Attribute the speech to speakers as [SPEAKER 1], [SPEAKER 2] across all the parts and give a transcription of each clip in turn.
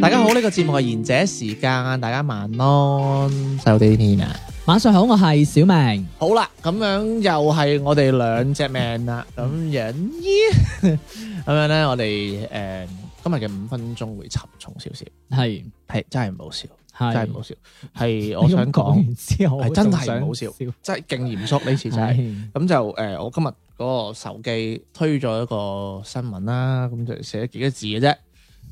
[SPEAKER 1] 大家好，呢、個節目係賢者時間，大家晚安，細路啲天啊！
[SPEAKER 2] 晚上好，我係小明。
[SPEAKER 1] 好啦，咁樣又係我哋兩隻命啦，咁樣咦 咁樣咧，我哋誒、今日嘅五分鐘會沉重少少，
[SPEAKER 2] 係
[SPEAKER 1] 係真係唔好笑，
[SPEAKER 2] 係
[SPEAKER 1] 真係唔好笑，係我想講，
[SPEAKER 2] 之後
[SPEAKER 1] 係真係唔好笑，真係勁嚴肅呢次真係。咁就誒、呃我今日嗰個手機推咗一個新聞啦，咁就寫咗幾個字嘅啫，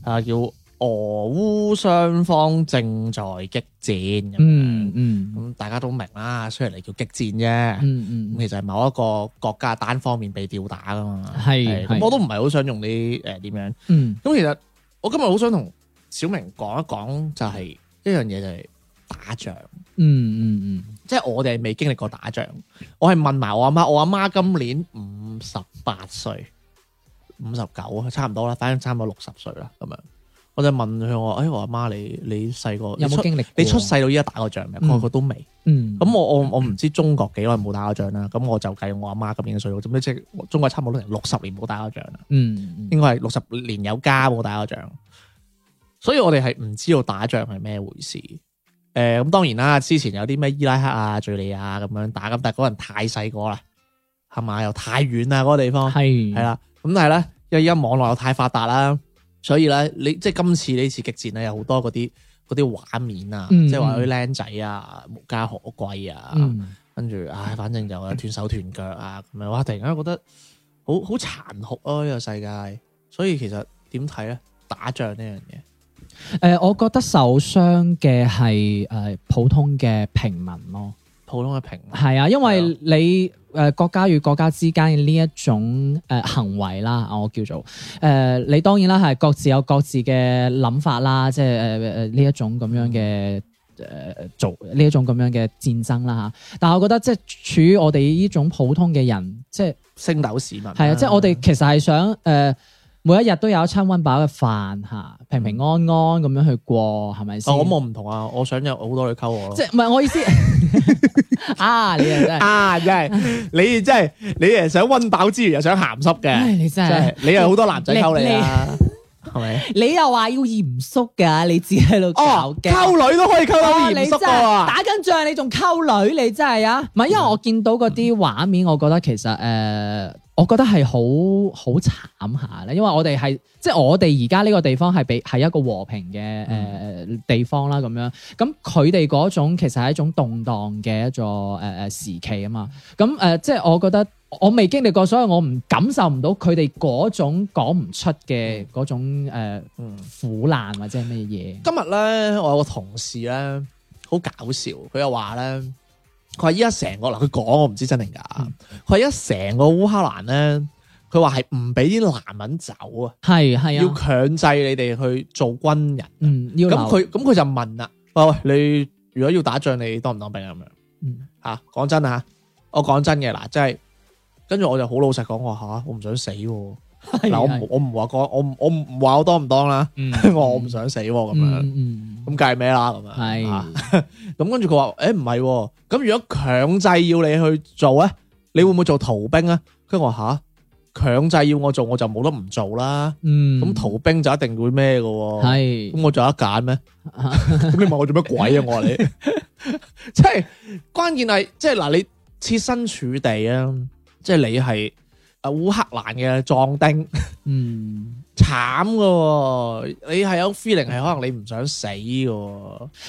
[SPEAKER 1] 啊，叫俄烏雙方正在激戰咁樣，
[SPEAKER 2] 嗯嗯
[SPEAKER 1] 咁大家都明啦，雖然你叫激戰啫，咁、
[SPEAKER 2] 嗯嗯，
[SPEAKER 1] 其實係某一個國家單方面被吊打噶嘛，
[SPEAKER 2] 係
[SPEAKER 1] 咁
[SPEAKER 2] 係
[SPEAKER 1] 我都唔係好想用啲誒點樣，
[SPEAKER 2] 嗯
[SPEAKER 1] 咁其實我今日好想同小明講一講，就係一樣嘢就係打仗。
[SPEAKER 2] 嗯嗯
[SPEAKER 1] 即係我哋係未經歷過打仗，我係問埋我阿媽，我阿媽今年五十八歲，五十九啊差唔多啦，反正差唔多六十歲啦咁樣。我就問佢我話：，哎，我阿媽你你細個
[SPEAKER 2] 嗯，有
[SPEAKER 1] 你出
[SPEAKER 2] 冇經歷？
[SPEAKER 1] 你出世到依家打過仗未？
[SPEAKER 2] 嗯
[SPEAKER 1] 佢話佢都未。
[SPEAKER 2] 嗯
[SPEAKER 1] 咁我我我唔知中國幾耐冇打過仗啦。咁我就計我阿媽今年嘅歲數，咁即係中國差唔多成六十年冇打過仗啦，
[SPEAKER 2] 嗯
[SPEAKER 1] 應該係六十年有加冇打過仗。所以我哋係唔知道打仗係咩回事。誒咁、當然啦，之前有啲咩伊拉克啊、敍利亞咁樣打，咁但係嗰人太細個啦，係嘛？又太遠啦嗰、個地方，
[SPEAKER 2] 係
[SPEAKER 1] 係啦。咁但係咧，因為而家網絡又太發達啦，所以咧，你即係今次呢次激戰咧，有好多嗰啲嗰啲畫面啊，
[SPEAKER 2] 嗯
[SPEAKER 1] 即係話嗰啲僆仔啊，無家可歸啊，
[SPEAKER 2] 嗯
[SPEAKER 1] 跟住唉，反正又有斷手斷腳啊，咁樣哇！突然間覺得好好殘酷啊呢、個世界，所以其實點睇咧？打仗呢樣嘢，
[SPEAKER 2] 誒，我覺得受傷嘅係誒普通嘅平民咯。
[SPEAKER 1] 普通嘅平民
[SPEAKER 2] 係啊，因為你誒、呃、國家與國家之間嘅呢一種誒、呃行為啦，啊我叫做誒、呃你當然啦係各自有各自嘅諗法啦，即係誒誒呃呢一種咁樣嘅。誒、呃、做呢一種咁樣嘅戰爭啦嚇，但係我覺得即係處於我哋呢種普通嘅人，即係
[SPEAKER 1] 星斗市民啦
[SPEAKER 2] 係啊，即係我哋其實係想誒、呃每一日都有一餐温飽嘅飯嚇，平平安安咁樣去過，係咪先？
[SPEAKER 1] 哦，咁我唔同啊，我想有好多女溝我咯。
[SPEAKER 2] 即係唔係我意思 啊？你啊真 係，
[SPEAKER 1] 啊，真係你真係你係想温飽之餘又想鹹濕
[SPEAKER 2] 唉
[SPEAKER 1] 嘅，
[SPEAKER 2] 你真
[SPEAKER 1] 真
[SPEAKER 2] 係
[SPEAKER 1] 係。你又好多男仔溝你啦，係咪？
[SPEAKER 2] 你又話要嚴肅㗎，你自己喺度搞
[SPEAKER 1] 哦，
[SPEAKER 2] 嘅。
[SPEAKER 1] 溝女都可以溝得
[SPEAKER 2] 哇
[SPEAKER 1] 好嚴
[SPEAKER 2] 你真
[SPEAKER 1] 肅
[SPEAKER 2] 係
[SPEAKER 1] 噶喎，
[SPEAKER 2] 打緊仗，你仲溝女，你真係啊！唔係，因為我見到嗰啲畫面，我覺得其實誒、呃我覺得係好好慘下咧，因為我哋係即係我哋而家呢個地方係被係一個和平嘅誒、呃地方啦，咁樣咁佢哋嗰種其實係一種動盪嘅一座誒誒時期啊嘛，咁誒、呃即係我覺得。我未經歷過，所以我唔感受唔到佢哋嗰種講唔出嘅嗰種、呃
[SPEAKER 1] 嗯
[SPEAKER 2] 苦難或者係咩嘢。
[SPEAKER 1] 今日咧，我有個同事咧，好搞笑，佢又話咧，佢話依家成個嗱，佢講我唔知真定假，
[SPEAKER 2] 嗯
[SPEAKER 1] 佢話依家成個烏克蘭咧，佢話係唔俾啲男人走啊，
[SPEAKER 2] 係係啊，
[SPEAKER 1] 要強制你哋去做軍人。啊
[SPEAKER 2] 嗯，要
[SPEAKER 1] 咁
[SPEAKER 2] 留
[SPEAKER 1] 佢咁佢就問啦，喂喂，你如果要打仗，你當唔當兵啊？咁樣
[SPEAKER 2] 嗯
[SPEAKER 1] 吓，講真啊，我講真嘅嗱，即係跟住我就好老實講，我話吓，我唔想死喎。
[SPEAKER 2] 哎
[SPEAKER 1] 嗱，我唔我唔話講，我唔我唔唔話我當唔當啦，
[SPEAKER 2] 嗯
[SPEAKER 1] 我話我唔想死喎咁樣。
[SPEAKER 2] 嗯
[SPEAKER 1] 咁計咩啦？咁樣
[SPEAKER 2] 係
[SPEAKER 1] 啊咁跟住佢話：，誒唔係喎，咁如果強制要你去做咧，你會唔會做逃兵啊？跟住我話吓，強制要我做，我就冇得唔做啦。
[SPEAKER 2] 嗯
[SPEAKER 1] 咁逃兵就一定會咩嘅喎？
[SPEAKER 2] 係啊
[SPEAKER 1] 咁我仲有得揀咩？咁你問我做乜鬼啊？我話 你，即係關鍵係即係嗱，你設身處地啊，即係你係啊烏克蘭嘅壯丁。
[SPEAKER 2] 嗯，
[SPEAKER 1] 慘嘅喎，你係有 feeling 係可能你唔想死嘅喎，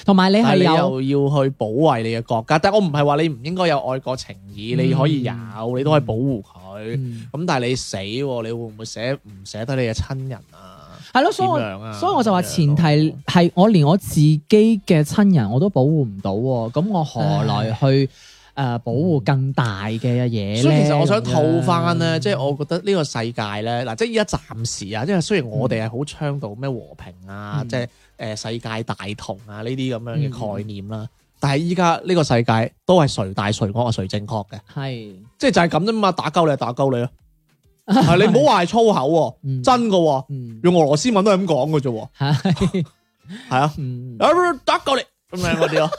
[SPEAKER 2] 同埋你
[SPEAKER 1] 但係
[SPEAKER 2] 係
[SPEAKER 1] 你
[SPEAKER 2] 有
[SPEAKER 1] 又要去保衞你嘅國家。但係我唔係話你唔應該有愛國情意，
[SPEAKER 2] 嗯
[SPEAKER 1] 你可以有，你都可以保護佢。咁、
[SPEAKER 2] 嗯
[SPEAKER 1] 但係你死喎，你會唔會捨唔捨得你嘅親人啊？
[SPEAKER 2] 係咯，所以
[SPEAKER 1] 點樣
[SPEAKER 2] 我
[SPEAKER 1] 啊
[SPEAKER 2] 所以我就話前提
[SPEAKER 1] 咁樣咯
[SPEAKER 2] 係我連我自己嘅親人我都保護唔到喎，咁我何來去誒保護更大嘅嘢
[SPEAKER 1] 所以其實我想
[SPEAKER 2] 咁
[SPEAKER 1] 套
[SPEAKER 2] 樣
[SPEAKER 1] 翻咧，即係我覺得呢個世界咧，嗱，即係依家暫時啊，因為雖然我哋係好倡導咩和平啊，
[SPEAKER 2] 嗯
[SPEAKER 1] 即係誒世界大同啊呢啲咁樣嘅概念啦，但係依家呢個世界都係誰大誰惡啊誰正確嘅，
[SPEAKER 2] 係
[SPEAKER 1] 即係就係咁啫嘛，打鳩你就打鳩你 咯，係你唔好話係粗口喎，
[SPEAKER 2] 嗯
[SPEAKER 1] 真嘅喎，
[SPEAKER 2] 嗯
[SPEAKER 1] 用俄羅斯文都係咁講嘅啫喎，
[SPEAKER 2] 係
[SPEAKER 1] 係啊，
[SPEAKER 2] 嗯
[SPEAKER 1] 啊打鳩你咁樣嗰啲 咯，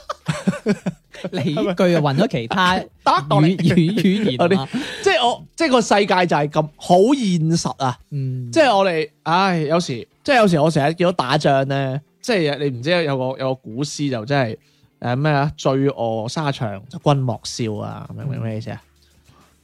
[SPEAKER 2] 你呢句又混咗其 他
[SPEAKER 1] 打鳩
[SPEAKER 2] 語
[SPEAKER 1] 啊你，
[SPEAKER 2] 語語言
[SPEAKER 1] 嗰啲
[SPEAKER 2] 啊
[SPEAKER 1] 即係我即係個世界就係咁好現實啊！
[SPEAKER 2] 嗯
[SPEAKER 1] 即係我哋，唉，有時即係有時我成日見到打仗咧，即係你唔知有個有個古詩就真係誒咩啊，醉卧沙場就君莫笑啊，明唔明咩意思啊？嗯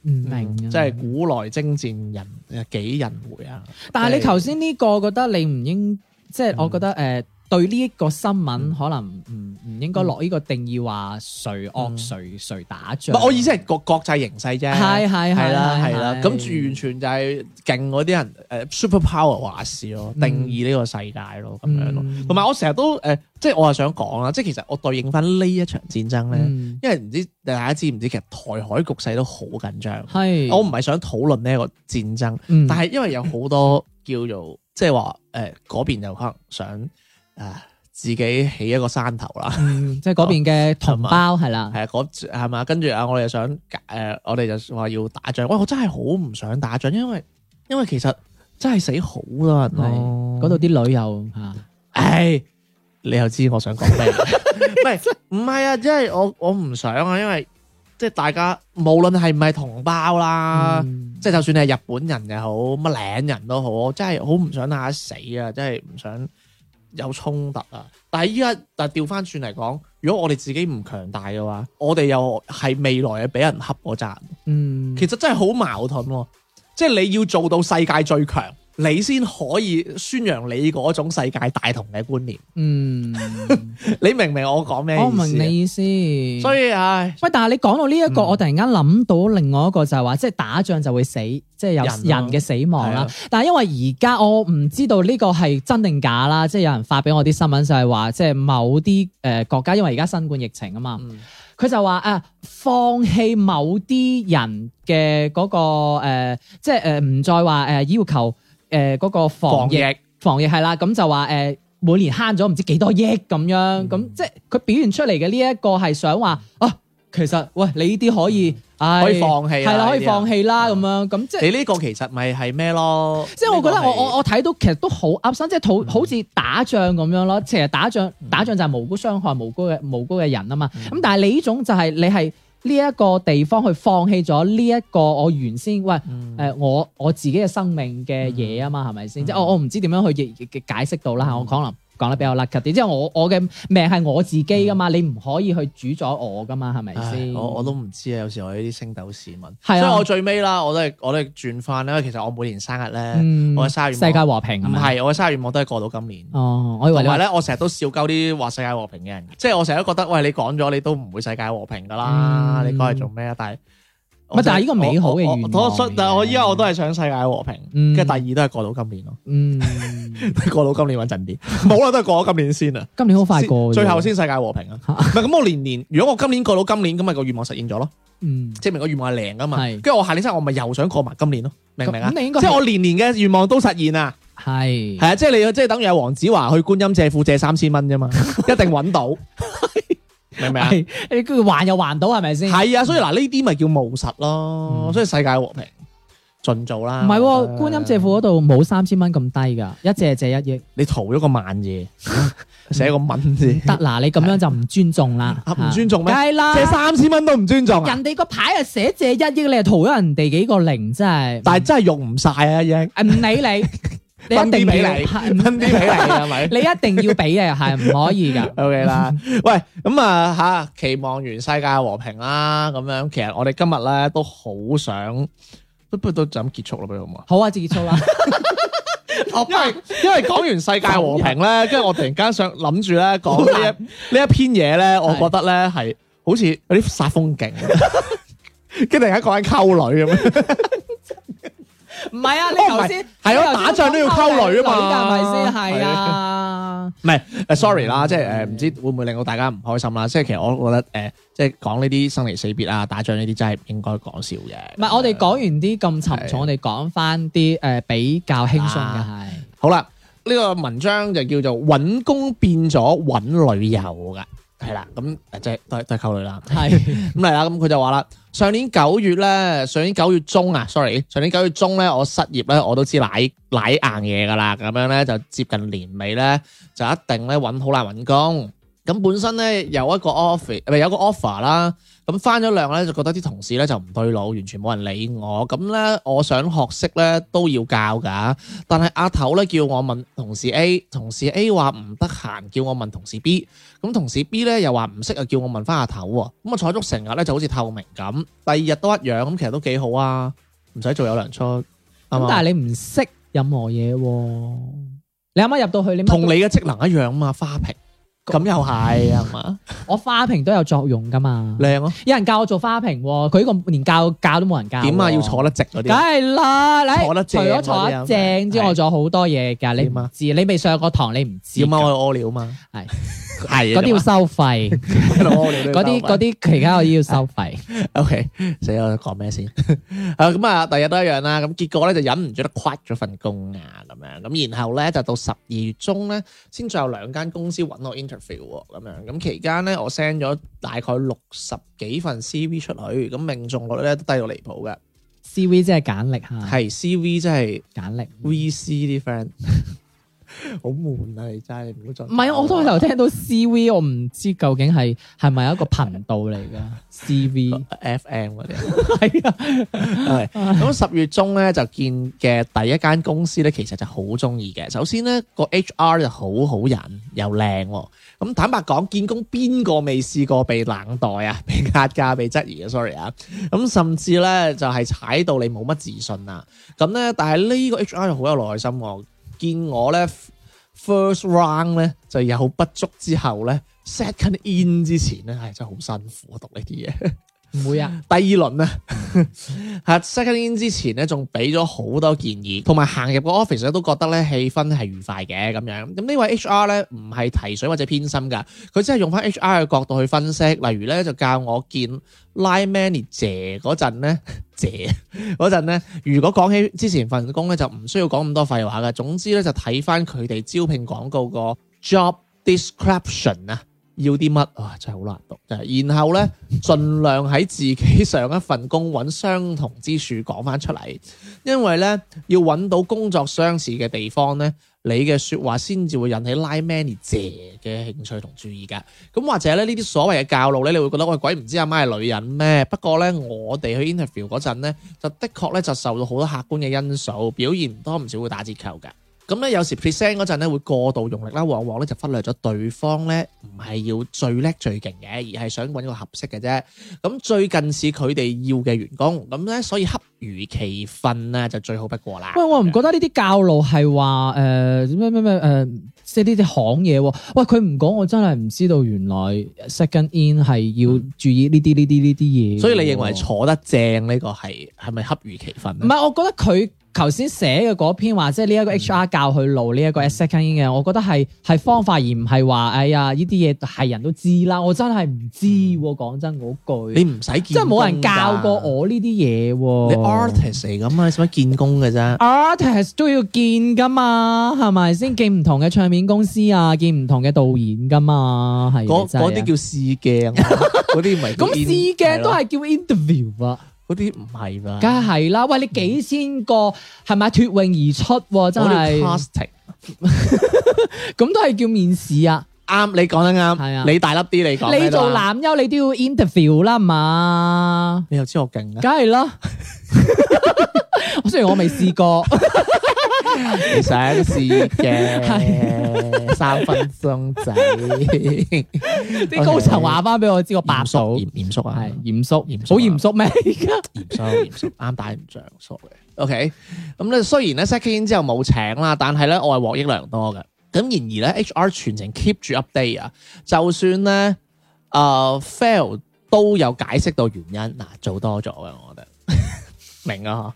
[SPEAKER 2] 唔嗯明啊，
[SPEAKER 1] 即係古來征戰人呃幾人回啊？
[SPEAKER 2] 但係
[SPEAKER 1] 即
[SPEAKER 2] 你
[SPEAKER 1] 係嗯
[SPEAKER 2] 頭先呢個，覺得你唔應，即係我覺得誒對呢一個新聞可能唔唔應該落呢個定義話誰惡
[SPEAKER 1] 嗯
[SPEAKER 2] 誰誰打
[SPEAKER 1] 唔
[SPEAKER 2] 仗。
[SPEAKER 1] 係我意思係國國際形勢啫，
[SPEAKER 2] 係啊係
[SPEAKER 1] 係啦係啦，咁
[SPEAKER 2] 係
[SPEAKER 1] 完全就係勁嗰啲人誒 super power 話事咯，
[SPEAKER 2] 嗯
[SPEAKER 1] 定義呢個世界咯咁樣咯
[SPEAKER 2] 嗯。
[SPEAKER 1] 同埋我成日都誒，即係我係想講啦，即係其實我對應翻呢一場戰爭咧。
[SPEAKER 2] 嗯
[SPEAKER 1] 因為唔知大家知唔知，其實台海局勢都好緊張。
[SPEAKER 2] 係
[SPEAKER 1] 我唔係想討論呢一個戰爭，
[SPEAKER 2] 嗯
[SPEAKER 1] 但係因為有好多叫做即係話誒嗰邊就可能想啊自己起一個山頭啦，
[SPEAKER 2] 嗯即係嗰邊嘅同胞係啦，
[SPEAKER 1] 係啊嗰係嘛，跟住啊我哋就想誒、呃我哋就話要打仗，喂我真係好唔想打仗，因為因為其實真係死好多人
[SPEAKER 2] 係
[SPEAKER 1] 咯，
[SPEAKER 2] 嗰度啲女又嚇
[SPEAKER 1] 唉，你又知我想講 咩？唔係唔係啊，即係我我唔想啊，因為即係大家無論係唔係同胞啦，
[SPEAKER 2] 嗯
[SPEAKER 1] 即係就算你係日本人又好，乜嶺人都好，我真係好唔想大家死啊！真係唔想有衝突啊！但係依家但係調翻轉嚟講，如果我哋自己唔強大嘅話，我哋又係未來嘅俾人恰嗰扎人，
[SPEAKER 2] 嗯
[SPEAKER 1] 其實真係好矛盾喎、即係你要做到世界最強，你先可以宣揚你嗰種世界大同嘅觀念。
[SPEAKER 2] 嗯，
[SPEAKER 1] 你明唔明我 講咩
[SPEAKER 2] 我明
[SPEAKER 1] 意
[SPEAKER 2] 你意思，
[SPEAKER 1] 思？所以唉，
[SPEAKER 2] 喂，但係你講到呢、一個，
[SPEAKER 1] 嗯
[SPEAKER 2] 我突然間諗到另外一個就係話，即係打仗就會死，即係有
[SPEAKER 1] 人咯
[SPEAKER 2] 人嘅死亡啦
[SPEAKER 1] 係啊。
[SPEAKER 2] 但係因為而家我唔知道呢個係真定假啦，即係有人發俾我啲新聞就係話，即係某啲誒、呃、國家因為而家新冠疫情啊嘛，
[SPEAKER 1] 嗯
[SPEAKER 2] 佢就話啊放棄某啲人嘅嗰、個、呃、即係誒唔再話誒、呃要求誒嗰個防
[SPEAKER 1] 防
[SPEAKER 2] 疫
[SPEAKER 1] 疫
[SPEAKER 2] 防疫係啦，咁就話誒、呃每年慳咗唔知幾多億咁樣，
[SPEAKER 1] 嗯
[SPEAKER 2] 咁、即係佢表現出嚟嘅呢一個係想話啊，其實喂你呢啲可以，唉
[SPEAKER 1] 嗯可以放棄啦
[SPEAKER 2] 係啦，可以
[SPEAKER 1] 呢啲啊
[SPEAKER 2] 放棄啦咁樣，咁即係。
[SPEAKER 1] 你呢個其實咪係咩咯？
[SPEAKER 2] 即係我覺得我我
[SPEAKER 1] 我
[SPEAKER 2] 我睇到其實都好噏身，即
[SPEAKER 1] 嗯
[SPEAKER 2] 係好好似打仗咁樣咯。其實打仗打仗就係無辜傷害無辜嘅無辜嘅人啊嘛。
[SPEAKER 1] 嗯
[SPEAKER 2] 咁但係你呢種就係你係呢一個地方去放棄咗呢一個我原先喂
[SPEAKER 1] 嗯
[SPEAKER 2] 誒我我自己嘅生命嘅嘢啊嘛，係咪先？即係我我唔知點樣去解解解釋到啦嚇，我可能講得比較甩咳啲，即係我我嘅命係我自己噶嘛，你唔可以去主宰我噶嘛，係咪
[SPEAKER 1] 唉
[SPEAKER 2] 先？
[SPEAKER 1] 我我都唔知啊，有時我呢啲星斗市民，所
[SPEAKER 2] 係啊
[SPEAKER 1] 以我最尾啦，我都係我都係轉翻啦。因為其實我每年生日咧，
[SPEAKER 2] 嗯
[SPEAKER 1] 我嘅生日願
[SPEAKER 2] 世界和平係
[SPEAKER 1] 唔
[SPEAKER 2] 咪
[SPEAKER 1] 係我嘅生日願望都係過到今年。
[SPEAKER 2] 哦，我以
[SPEAKER 1] 同
[SPEAKER 2] 為你
[SPEAKER 1] 埋
[SPEAKER 2] 話
[SPEAKER 1] 咧，我成日都笑鳩啲話世界和平嘅人，即係我成日都覺得，喂，你講咗你都唔會世界和平噶啦，
[SPEAKER 2] 嗯
[SPEAKER 1] 你講嚟做咩啊？但係
[SPEAKER 2] 唔係但係呢個美好嘅願望
[SPEAKER 1] 我我我但係我依家我都係想世界和平，
[SPEAKER 2] 嗯
[SPEAKER 1] 跟住第二都係過到今年咯。
[SPEAKER 2] 嗯。
[SPEAKER 1] 過到今年穩陣啲，冇啦，都係過咗今年先啊，
[SPEAKER 2] 今年好快
[SPEAKER 1] 先
[SPEAKER 2] 過，
[SPEAKER 1] 最後，先世界和平 啊！唔係咁，我年年如果我今年過到今年，咁咪個願望實現咗咯，
[SPEAKER 2] 嗯，
[SPEAKER 1] 即係明個願望係零噶嘛。
[SPEAKER 2] 係
[SPEAKER 1] 跟住我下年生日，我咪又想過埋今年咯，明唔明啊？
[SPEAKER 2] 咁你應
[SPEAKER 1] 即
[SPEAKER 2] 該係
[SPEAKER 1] 係我年年嘅願望都實現啊！
[SPEAKER 2] 係
[SPEAKER 1] 係啊，即係你即係等於阿黃子華去觀音借庫借三千蚊 啫嘛，一定揾到，明唔明啊？
[SPEAKER 2] 係，你跟住還又還到係咪先？
[SPEAKER 1] 係啊，所以嗱呢啲咪叫務實咯，
[SPEAKER 2] 嗯
[SPEAKER 1] 所以世界和平盡做啦。
[SPEAKER 2] 唔係
[SPEAKER 1] 我
[SPEAKER 2] 喎？
[SPEAKER 1] 覺得
[SPEAKER 2] 觀音借庫嗰度冇三千蚊咁低㗎，一借借一億。
[SPEAKER 1] 你塗咗個萬 字，寫個文字。
[SPEAKER 2] 得嗱，你咁樣就唔尊重啦，
[SPEAKER 1] 啊唔尊重咩
[SPEAKER 2] 梗係啦，
[SPEAKER 1] 借三千蚊都唔尊重啊！
[SPEAKER 2] 人哋個牌啊寫借一億，你係淘咗人哋幾個零，真係。
[SPEAKER 1] 但係真係用唔晒啊，已 經
[SPEAKER 2] 係唔 理你，你
[SPEAKER 1] 分
[SPEAKER 2] 一
[SPEAKER 1] 啲
[SPEAKER 2] 定
[SPEAKER 1] 俾
[SPEAKER 2] 要
[SPEAKER 1] 你，
[SPEAKER 2] 係
[SPEAKER 1] 分啲俾你係咪
[SPEAKER 2] 你一定要俾嘅，係唔可 以㗎。
[SPEAKER 1] ？O K 啦，喂，咁啊吓，期望完世界和平啦，咁樣其實我哋今日咧都好想，不不都就咁結束啦，不如好唔好啊？
[SPEAKER 2] 好啊，自己操啦。
[SPEAKER 1] 因為因為講完世界和平 咧，跟住我突然間想諗住咧講呢一呢一篇嘢咧，我覺得咧係好似有啲煞風景，跟住突然間講緊溝女咁樣，
[SPEAKER 2] 唔係啊，你
[SPEAKER 1] 哦唔係
[SPEAKER 2] 頭先
[SPEAKER 1] 係咯
[SPEAKER 2] 你頭先
[SPEAKER 1] 打仗都要溝女啊嘛
[SPEAKER 2] 講溝女㗎係咪先係啊？
[SPEAKER 1] 唔係誒，sorry 啦，即係誒，唔知會唔會令到大家唔開心啦。即係其實我覺得誒，即係講呢啲生離死別啊、打仗呢啲真係唔應該講笑嘅。
[SPEAKER 2] 唔係，我哋講完啲咁沉重，我哋講翻啲誒比較輕鬆嘅係。
[SPEAKER 1] 好啦，呢、個文章就叫做揾工變咗揾女友㗎，係啦，咁誒即係都係都係溝女啦。
[SPEAKER 2] 係
[SPEAKER 1] 咁嚟啦，咁佢就話啦，上年九月咧，上年九月中啊，sorry，上年九月中咧，我失業咧，我都知奶奶硬嘢噶啦，咁樣咧就接近年尾咧，就一定咧揾好難揾工。咁本身咧有一個 offer，咪有個 offer 啦，咁翻咗量咧就覺得啲同事咧就唔對路，完全冇人理我。咁咧我想學識咧都要教㗎，但係阿頭咧叫我問同事 A，同事 A 話唔得閒，叫我問同事 B。咁同事 B 咧又話唔識啊，叫我問翻阿頭喎。咁啊坐足成日咧就好似透明咁，第二日都一樣，咁其實都幾好啊，唔使做有糧出。
[SPEAKER 2] 咁
[SPEAKER 1] 啱
[SPEAKER 2] 但
[SPEAKER 1] 嘛
[SPEAKER 2] 係你唔識任何嘢喎，你啱啱入到去你乜都
[SPEAKER 1] 同你嘅職能一樣嘛，花瓶咁又係係嘛，
[SPEAKER 2] 我花瓶都有作用噶嘛。
[SPEAKER 1] 靚咯。
[SPEAKER 2] 有人教我做花瓶喎，佢呢個連教教都冇人教。
[SPEAKER 1] 點啊？要坐？得直嗰
[SPEAKER 2] 梗
[SPEAKER 1] 啲，
[SPEAKER 2] 係啦，你
[SPEAKER 1] 坐得
[SPEAKER 2] 除
[SPEAKER 1] 正啊
[SPEAKER 2] 咗坐得正之
[SPEAKER 1] 嗰啲
[SPEAKER 2] 外，
[SPEAKER 1] 啊
[SPEAKER 2] 仲有好多嘢㗎。你
[SPEAKER 1] 點
[SPEAKER 2] 唔
[SPEAKER 1] 啊
[SPEAKER 2] 知，你未上過堂，你唔知
[SPEAKER 1] 要
[SPEAKER 2] 㗎。
[SPEAKER 1] 踎去屙尿嘛，
[SPEAKER 2] 係
[SPEAKER 1] 係
[SPEAKER 2] 嗰啲要
[SPEAKER 1] 啊
[SPEAKER 2] 收 費，
[SPEAKER 1] 喺度屙尿都要
[SPEAKER 2] 嗰啲
[SPEAKER 1] 收
[SPEAKER 2] 嗰
[SPEAKER 1] 費
[SPEAKER 2] 啲其他嗰啲要收費。
[SPEAKER 1] OK，死啦！講咩先？ 啊咁啊，第日都一樣啦。咁結果咧就忍唔住都 quit 咗份工啊，咁樣咁然後咧就到十二月中咧，先再有兩間公司揾我 interview 喎，咁樣咁期間咧我 send 咗大概六十幾份 CV 出去，咁命中率咧都低到離譜嘅，
[SPEAKER 2] CV 即係簡歷嚇，
[SPEAKER 1] 係 CV 真係
[SPEAKER 2] 簡歷。
[SPEAKER 1] VC 啲 friend，好悶啊！你真係唔好再
[SPEAKER 2] 唔係啊，我都
[SPEAKER 1] 頭
[SPEAKER 2] 頭聽到 CV，我唔知究竟係係咪一個頻道嚟㗎 CV。
[SPEAKER 1] FM 嗰啲。
[SPEAKER 2] 係啊，
[SPEAKER 1] 係咁十月中咧就見嘅第一間公司咧，其實就好中意嘅。首先咧個 HR 就好好人又靚喎。咁坦白講，見工邊個未試過被冷待啊、 被壓價、被質疑啊？sorry 啊。咁甚至咧就係踩到你冇乜自信啊。咁咧，但係呢個 HR 又好有耐心喎。見我咧 first round 咧就有不足之後咧 second in 之前咧，係真係好辛苦啊讀呢啲嘢。
[SPEAKER 2] 唔會啊，
[SPEAKER 1] 第二輪啊， 嚇 second in 之前咧，仲俾咗好多建議，同埋行入個 office 咧，都覺得咧氣氛係愉快嘅咁樣。咁呢位 HR 咧唔係提水或者偏心㗎，佢只係用翻 HR 嘅角度去分析。例如咧，就教我見 line manager 嗰陣咧， 姐嗰陣咧，如果講起之前份工咧，就唔需要講咁多廢話㗎。總之咧，就睇翻佢哋招聘廣告個 job description 啊，要啲乜啊，真係好難讀。真係然後咧。盡量喺自己上一份工揾相同之處講翻出嚟，因為咧要揾到工作相似嘅地方咧，你嘅説話先至會引起 line manager 嘅興趣同注意㗎。咁或者咧呢啲所謂嘅教路咧，你會覺得喂鬼唔知阿媽係女人咩？不過咧我哋去 interview 嗰陣咧，就的確咧就受到好多客觀嘅因素，表現唔多唔少會打折扣㗎。咁咧有時 present 嗰陣咧會過度用力啦，往往咧就忽略咗對方咧唔係要最叻最勁嘅，而係想揾個合適嘅啫。咁最近似佢哋要嘅員工，咁咧所以恰如其分咧就最好不過啦。
[SPEAKER 2] 喂，我唔覺得呢啲教路係話誒咩咩咩誒，即係呢啲行嘢喎。喂，佢唔講，我真係唔知道原來 second in 係要注意呢啲呢啲呢啲嘢。
[SPEAKER 1] 嗯所以你認為？啊坐得正呢個係係咪恰如其分
[SPEAKER 2] 唔
[SPEAKER 1] 咧？
[SPEAKER 2] 係，我覺得佢頭先寫嘅嗰篇話，即係呢
[SPEAKER 1] 嗯
[SPEAKER 2] 一個 HR 教佢路呢一個 second in 嘅，我覺得係係方法而唔係話，哎呀呢啲嘢係人都知啦，我真係唔知喎。講真嗰句，
[SPEAKER 1] 你唔使見，
[SPEAKER 2] 即係冇人教過。我呢啲嘢喎。
[SPEAKER 1] 你 artist 嚟噶嘛？你使乜見工嘅啫？
[SPEAKER 2] artist 都要見噶嘛，係咪先？見唔同嘅唱片公司啊，見唔同嘅導演噶嘛，係
[SPEAKER 1] 嗰
[SPEAKER 2] 真係啊
[SPEAKER 1] 嗰啲叫試鏡 啊，嗰啲唔係叫
[SPEAKER 2] 咁
[SPEAKER 1] in- 係
[SPEAKER 2] 試鏡都
[SPEAKER 1] 咯
[SPEAKER 2] 係叫 interview 啊，
[SPEAKER 1] 嗰啲唔係嘛？
[SPEAKER 2] 梗係啦。喂，你幾千個係咪脱穎而出喎？真
[SPEAKER 1] 我哋
[SPEAKER 2] 係
[SPEAKER 1] casting
[SPEAKER 2] 咁都係叫面試啊！
[SPEAKER 1] 啱，你講得
[SPEAKER 2] 係啊
[SPEAKER 1] 啱，你大粒啲，你講咩
[SPEAKER 2] 你
[SPEAKER 1] 都
[SPEAKER 2] 做
[SPEAKER 1] 啱，
[SPEAKER 2] 男優你都要 interview 啦嘛，
[SPEAKER 1] 你又知我勁啊？
[SPEAKER 2] 梗係啦。雖然我未 試過，
[SPEAKER 1] 你想試嘅三分鐘 仔，
[SPEAKER 2] 啲高層話翻俾我知，我白數
[SPEAKER 1] 嚴嚴肅啊
[SPEAKER 2] 係，嚴肅，
[SPEAKER 1] 嚴肅啊
[SPEAKER 2] 好嚴肅咩？而家
[SPEAKER 1] 嚴肅嚴肅，啱打唔着，sorry。OK，咁咧雖然咧 second in 之後冇請啦，但係咧我係獲益良多嘅。咁然而咧 HR 全程 keep 住 update 啊，就算咧啊誒、呃 fail 都有解釋到原因，嗱、做多咗嘅我覺得。 明啊！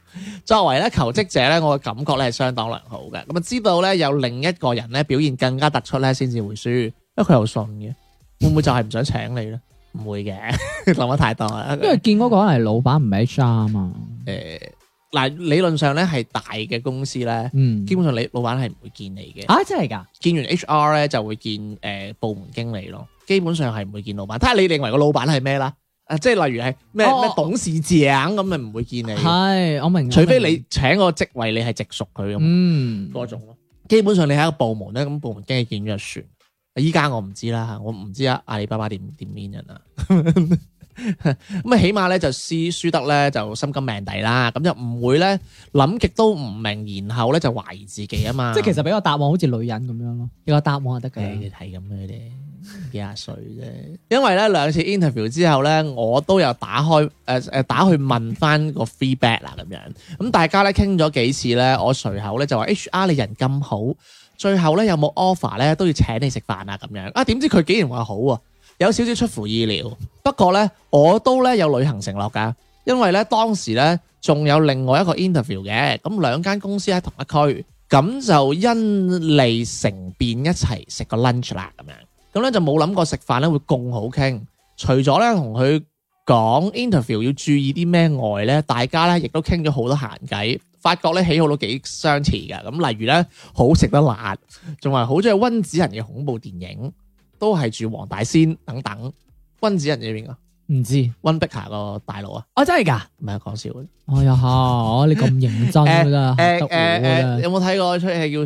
[SPEAKER 1] 作為咧求職者咧，我嘅感覺咧係相當良好嘅。咁啊，知道咧有另一個人咧表現更加突出咧，先至會輸，因為佢又信嘅。會唔會就係唔想請你咧？唔會嘅， 諗得太多啦。
[SPEAKER 2] 因為見嗰個可能係老闆唔係 HR 嘛，
[SPEAKER 1] 诶，呃嗱、理論上咧係大嘅公司咧，
[SPEAKER 2] 嗯，
[SPEAKER 1] 基本上你老闆係唔會見你嘅。
[SPEAKER 2] 啊真係㗎，
[SPEAKER 1] 見完 HR 咧就會見誒、呃、部門經理咯，基本上係唔會見老闆。睇下你認為個老闆係咩啦，啊，即係例如係咩
[SPEAKER 2] 哦
[SPEAKER 1] 咩董事長咁，咪唔會見你，
[SPEAKER 2] 係我明，
[SPEAKER 1] 除非
[SPEAKER 2] 我明
[SPEAKER 1] 你請個職位你係直屬佢咁
[SPEAKER 2] 嗯
[SPEAKER 1] 嗰種咯。基本上你喺一個部門咧，咁部門經理見咗就算。依家我唔知啦，我唔知啊阿里巴巴點點面人啊。 咁啊，起碼咧就輸輸得咧就心甘命抵啦，咁就唔會咧諗極都唔明，然後咧就懷疑自己啊嘛。
[SPEAKER 2] 即係其實俾個答案好似女人咁樣咯，有個答案就得㗎啦。
[SPEAKER 1] 誒係咁嘅啫，幾廿歲啫。因為咧兩次 interview 之後咧，我都有打開誒誒、呃打去問翻個 feedback 啦咁樣。咁大家咧傾咗幾次咧，我隨口咧就話 HR 你人咁好，最後咧有冇 offer 咧都要請你食飯啊咁樣。啊點知佢竟然話好啊，有少少出乎意料。不過咧我都咧有履行承諾㗎，因為咧當時咧仲有另外一個 interview 嘅，咁兩間公司喺同一區。咁就因利成便一齊食個 lunch 啦，咁樣咁咧就冇諗過食飯咧會咁好傾。除咗咧同佢講 interview 要注意啲咩外咧，大家咧亦都傾咗好多閒偈，發覺咧喜好都幾相似嘅。咁例如咧好食得辣，仲係好中意温子仁嘅恐怖電影，都係住黃大仙等等。温子仁係邊個？
[SPEAKER 2] 唔知，
[SPEAKER 1] 温碧霞個大佬啊？
[SPEAKER 2] 哦真係㗎，
[SPEAKER 1] 唔係講笑嘅。
[SPEAKER 2] 哎呀嚇，你咁認真㗎啦，
[SPEAKER 1] 誒
[SPEAKER 2] 嚇
[SPEAKER 1] 誒誒，
[SPEAKER 2] 啊得我㗎
[SPEAKER 1] 有冇睇過出戲叫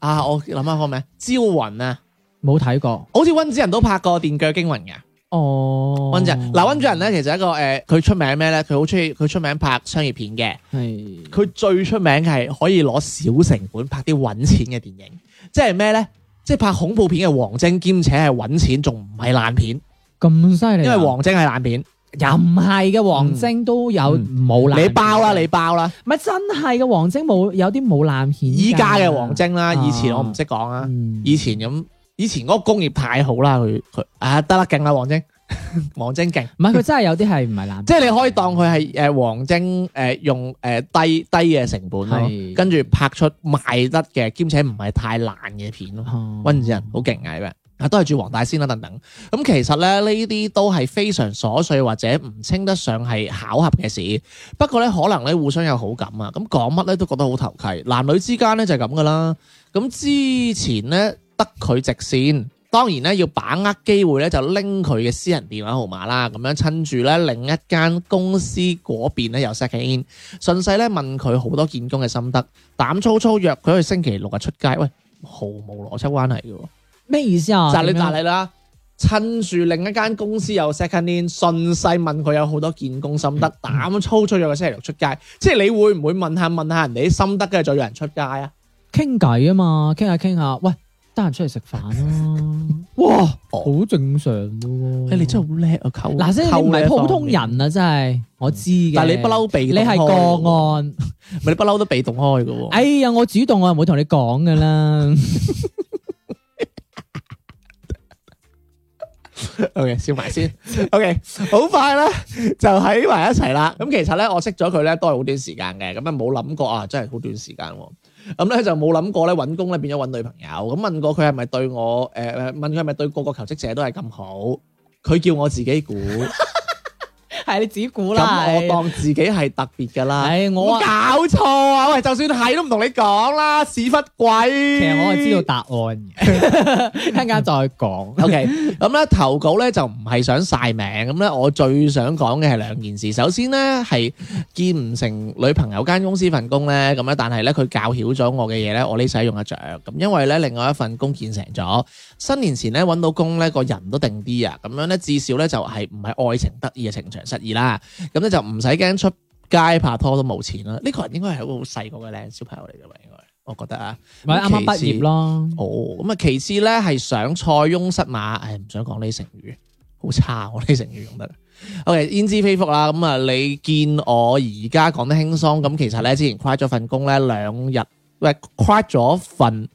[SPEAKER 1] 啊？我諗下個名，《招魂》啊，
[SPEAKER 2] 冇睇過。
[SPEAKER 1] 好似温子仁都拍過《電鋸驚魂》嘅。
[SPEAKER 2] 哦，
[SPEAKER 1] 温子仁嗱，温子仁咧其實一個誒，佢出名咩咧？佢好中意佢出名拍商業片嘅。
[SPEAKER 2] 係
[SPEAKER 1] 佢最出名係可以攞小成本拍啲揾錢嘅電影，即係咩咧？即係拍恐怖片嘅王晶，兼且係揾錢，仲唔係爛片？
[SPEAKER 2] 咁犀利
[SPEAKER 1] 因為
[SPEAKER 2] 啊，
[SPEAKER 1] 王晶係爛片，
[SPEAKER 2] 又唔係嘅，王晶都有
[SPEAKER 1] 嗯
[SPEAKER 2] 冇爛片。啊
[SPEAKER 1] 你包啦，你包啦！
[SPEAKER 2] 唔係真係嘅，王晶冇有啲冇爛片㗎。
[SPEAKER 1] 依家嘅王晶啦，以前我唔識講啊。
[SPEAKER 2] 嗯，
[SPEAKER 1] 以前咁，以前嗰個工業太好啦，佢佢啊得啦，勁啦，王晶， 王晶勁，
[SPEAKER 2] 唔係佢真係有啲係唔係爛片，
[SPEAKER 1] 即係你可以當佢係誒王晶誒、呃用誒、呃低低嘅成本咯
[SPEAKER 2] 係，
[SPEAKER 1] 跟住拍出賣得嘅，兼且唔係太爛嘅片咯。
[SPEAKER 2] 哦
[SPEAKER 1] 温子仁好勁啊，呢個人啊都係住黃大仙啦等等。咁其實咧呢啲都係非常瑣碎或者唔稱得上係巧合嘅事。不過咧可能咧互相有好感啊，咁講乜咧都覺得好投契。男女之間咧就係咁噶啦。咁之前咧得佢直線。當然咧，要把握機會咧，就拎佢嘅私人電話號碼啦，咁樣趁住咧另一間公司嗰邊咧又 set in，順勢咧問佢好多見工嘅心得，膽粗粗約佢去星期六日啊出街。喂，毫無邏輯關係嘅喎，
[SPEAKER 2] 咩意思啊？
[SPEAKER 1] 扎你
[SPEAKER 2] 點樣
[SPEAKER 1] 扎你啦！趁住另一間公司有 second in，順勢問佢有好多見工心得，膽粗粗約個星期六出街，即係你會唔會問下問下人哋啲心得，跟住再約人出街啊？
[SPEAKER 2] 傾偈啊嘛，傾下傾下，喂，得閒出嚟食飯啊啦。 哇，
[SPEAKER 1] 哦
[SPEAKER 2] 好正常嘅喎。
[SPEAKER 1] 係好叻啊！溝
[SPEAKER 2] 嗱，即係你唔係普通，人啊，真係我知嘅。
[SPEAKER 1] 但係你不，嬲被
[SPEAKER 2] 你
[SPEAKER 1] 動
[SPEAKER 2] 係
[SPEAKER 1] 開嘅喎
[SPEAKER 2] 個案。
[SPEAKER 1] 咪你不嬲都被動開嘅喎。
[SPEAKER 2] 哎呀，我主動我又冇同你講噶啦。
[SPEAKER 1] OK，笑埋先。OK，好快啦，就喺埋一齊啦。咁其實咧，我識咗佢咧都係好短時間嘅，咁啊冇諗過啊，真係好短時間喎。咁咧就冇諗過咧揾工咧變咗揾女朋友。咁問過佢係咪對我誒誒、呃、問佢係咪對個個求職者都係咁好？佢叫我自己估，咁
[SPEAKER 2] 係你自己估
[SPEAKER 1] 我當自己係特別㗎啦。
[SPEAKER 2] 係我
[SPEAKER 1] 我
[SPEAKER 2] 啊，
[SPEAKER 1] 搞錯啊！喂，就算係都唔同你講啦，屎忽鬼。
[SPEAKER 2] 其實我係知道答案嘅， 一陣間再講。
[SPEAKER 1] O K，咁咧投稿咧就唔係想晒命，咁咧我最想講嘅係兩件事。首先咧係見唔成女朋友間公司份工咧，咁咧啊但係咧佢教曉咗我嘅嘢咧，我呢世用得着。咁因為咧另外一份工見成咗，新年前咧揾到工咧個人都定啲啊，咁樣咧至少咧就係唔係愛情得意嘅情場失意啦。咁咧就唔使驚出街拍拖都冇錢啦。呢、個人應該係一個好細個嘅靚小朋友嚟嘅嘛，應該我覺得啊。
[SPEAKER 2] 咪啱啱畢業咯，
[SPEAKER 1] 哦，咁啊，其次咧係想塞翁失馬，唉，唔想講呢啲成語，好差我呢啲成語用得。O.K. 焉知非福啦，咁啊，你見我而家講得輕鬆，咁其實咧之前跨咗份工咧兩日，喂跨咗份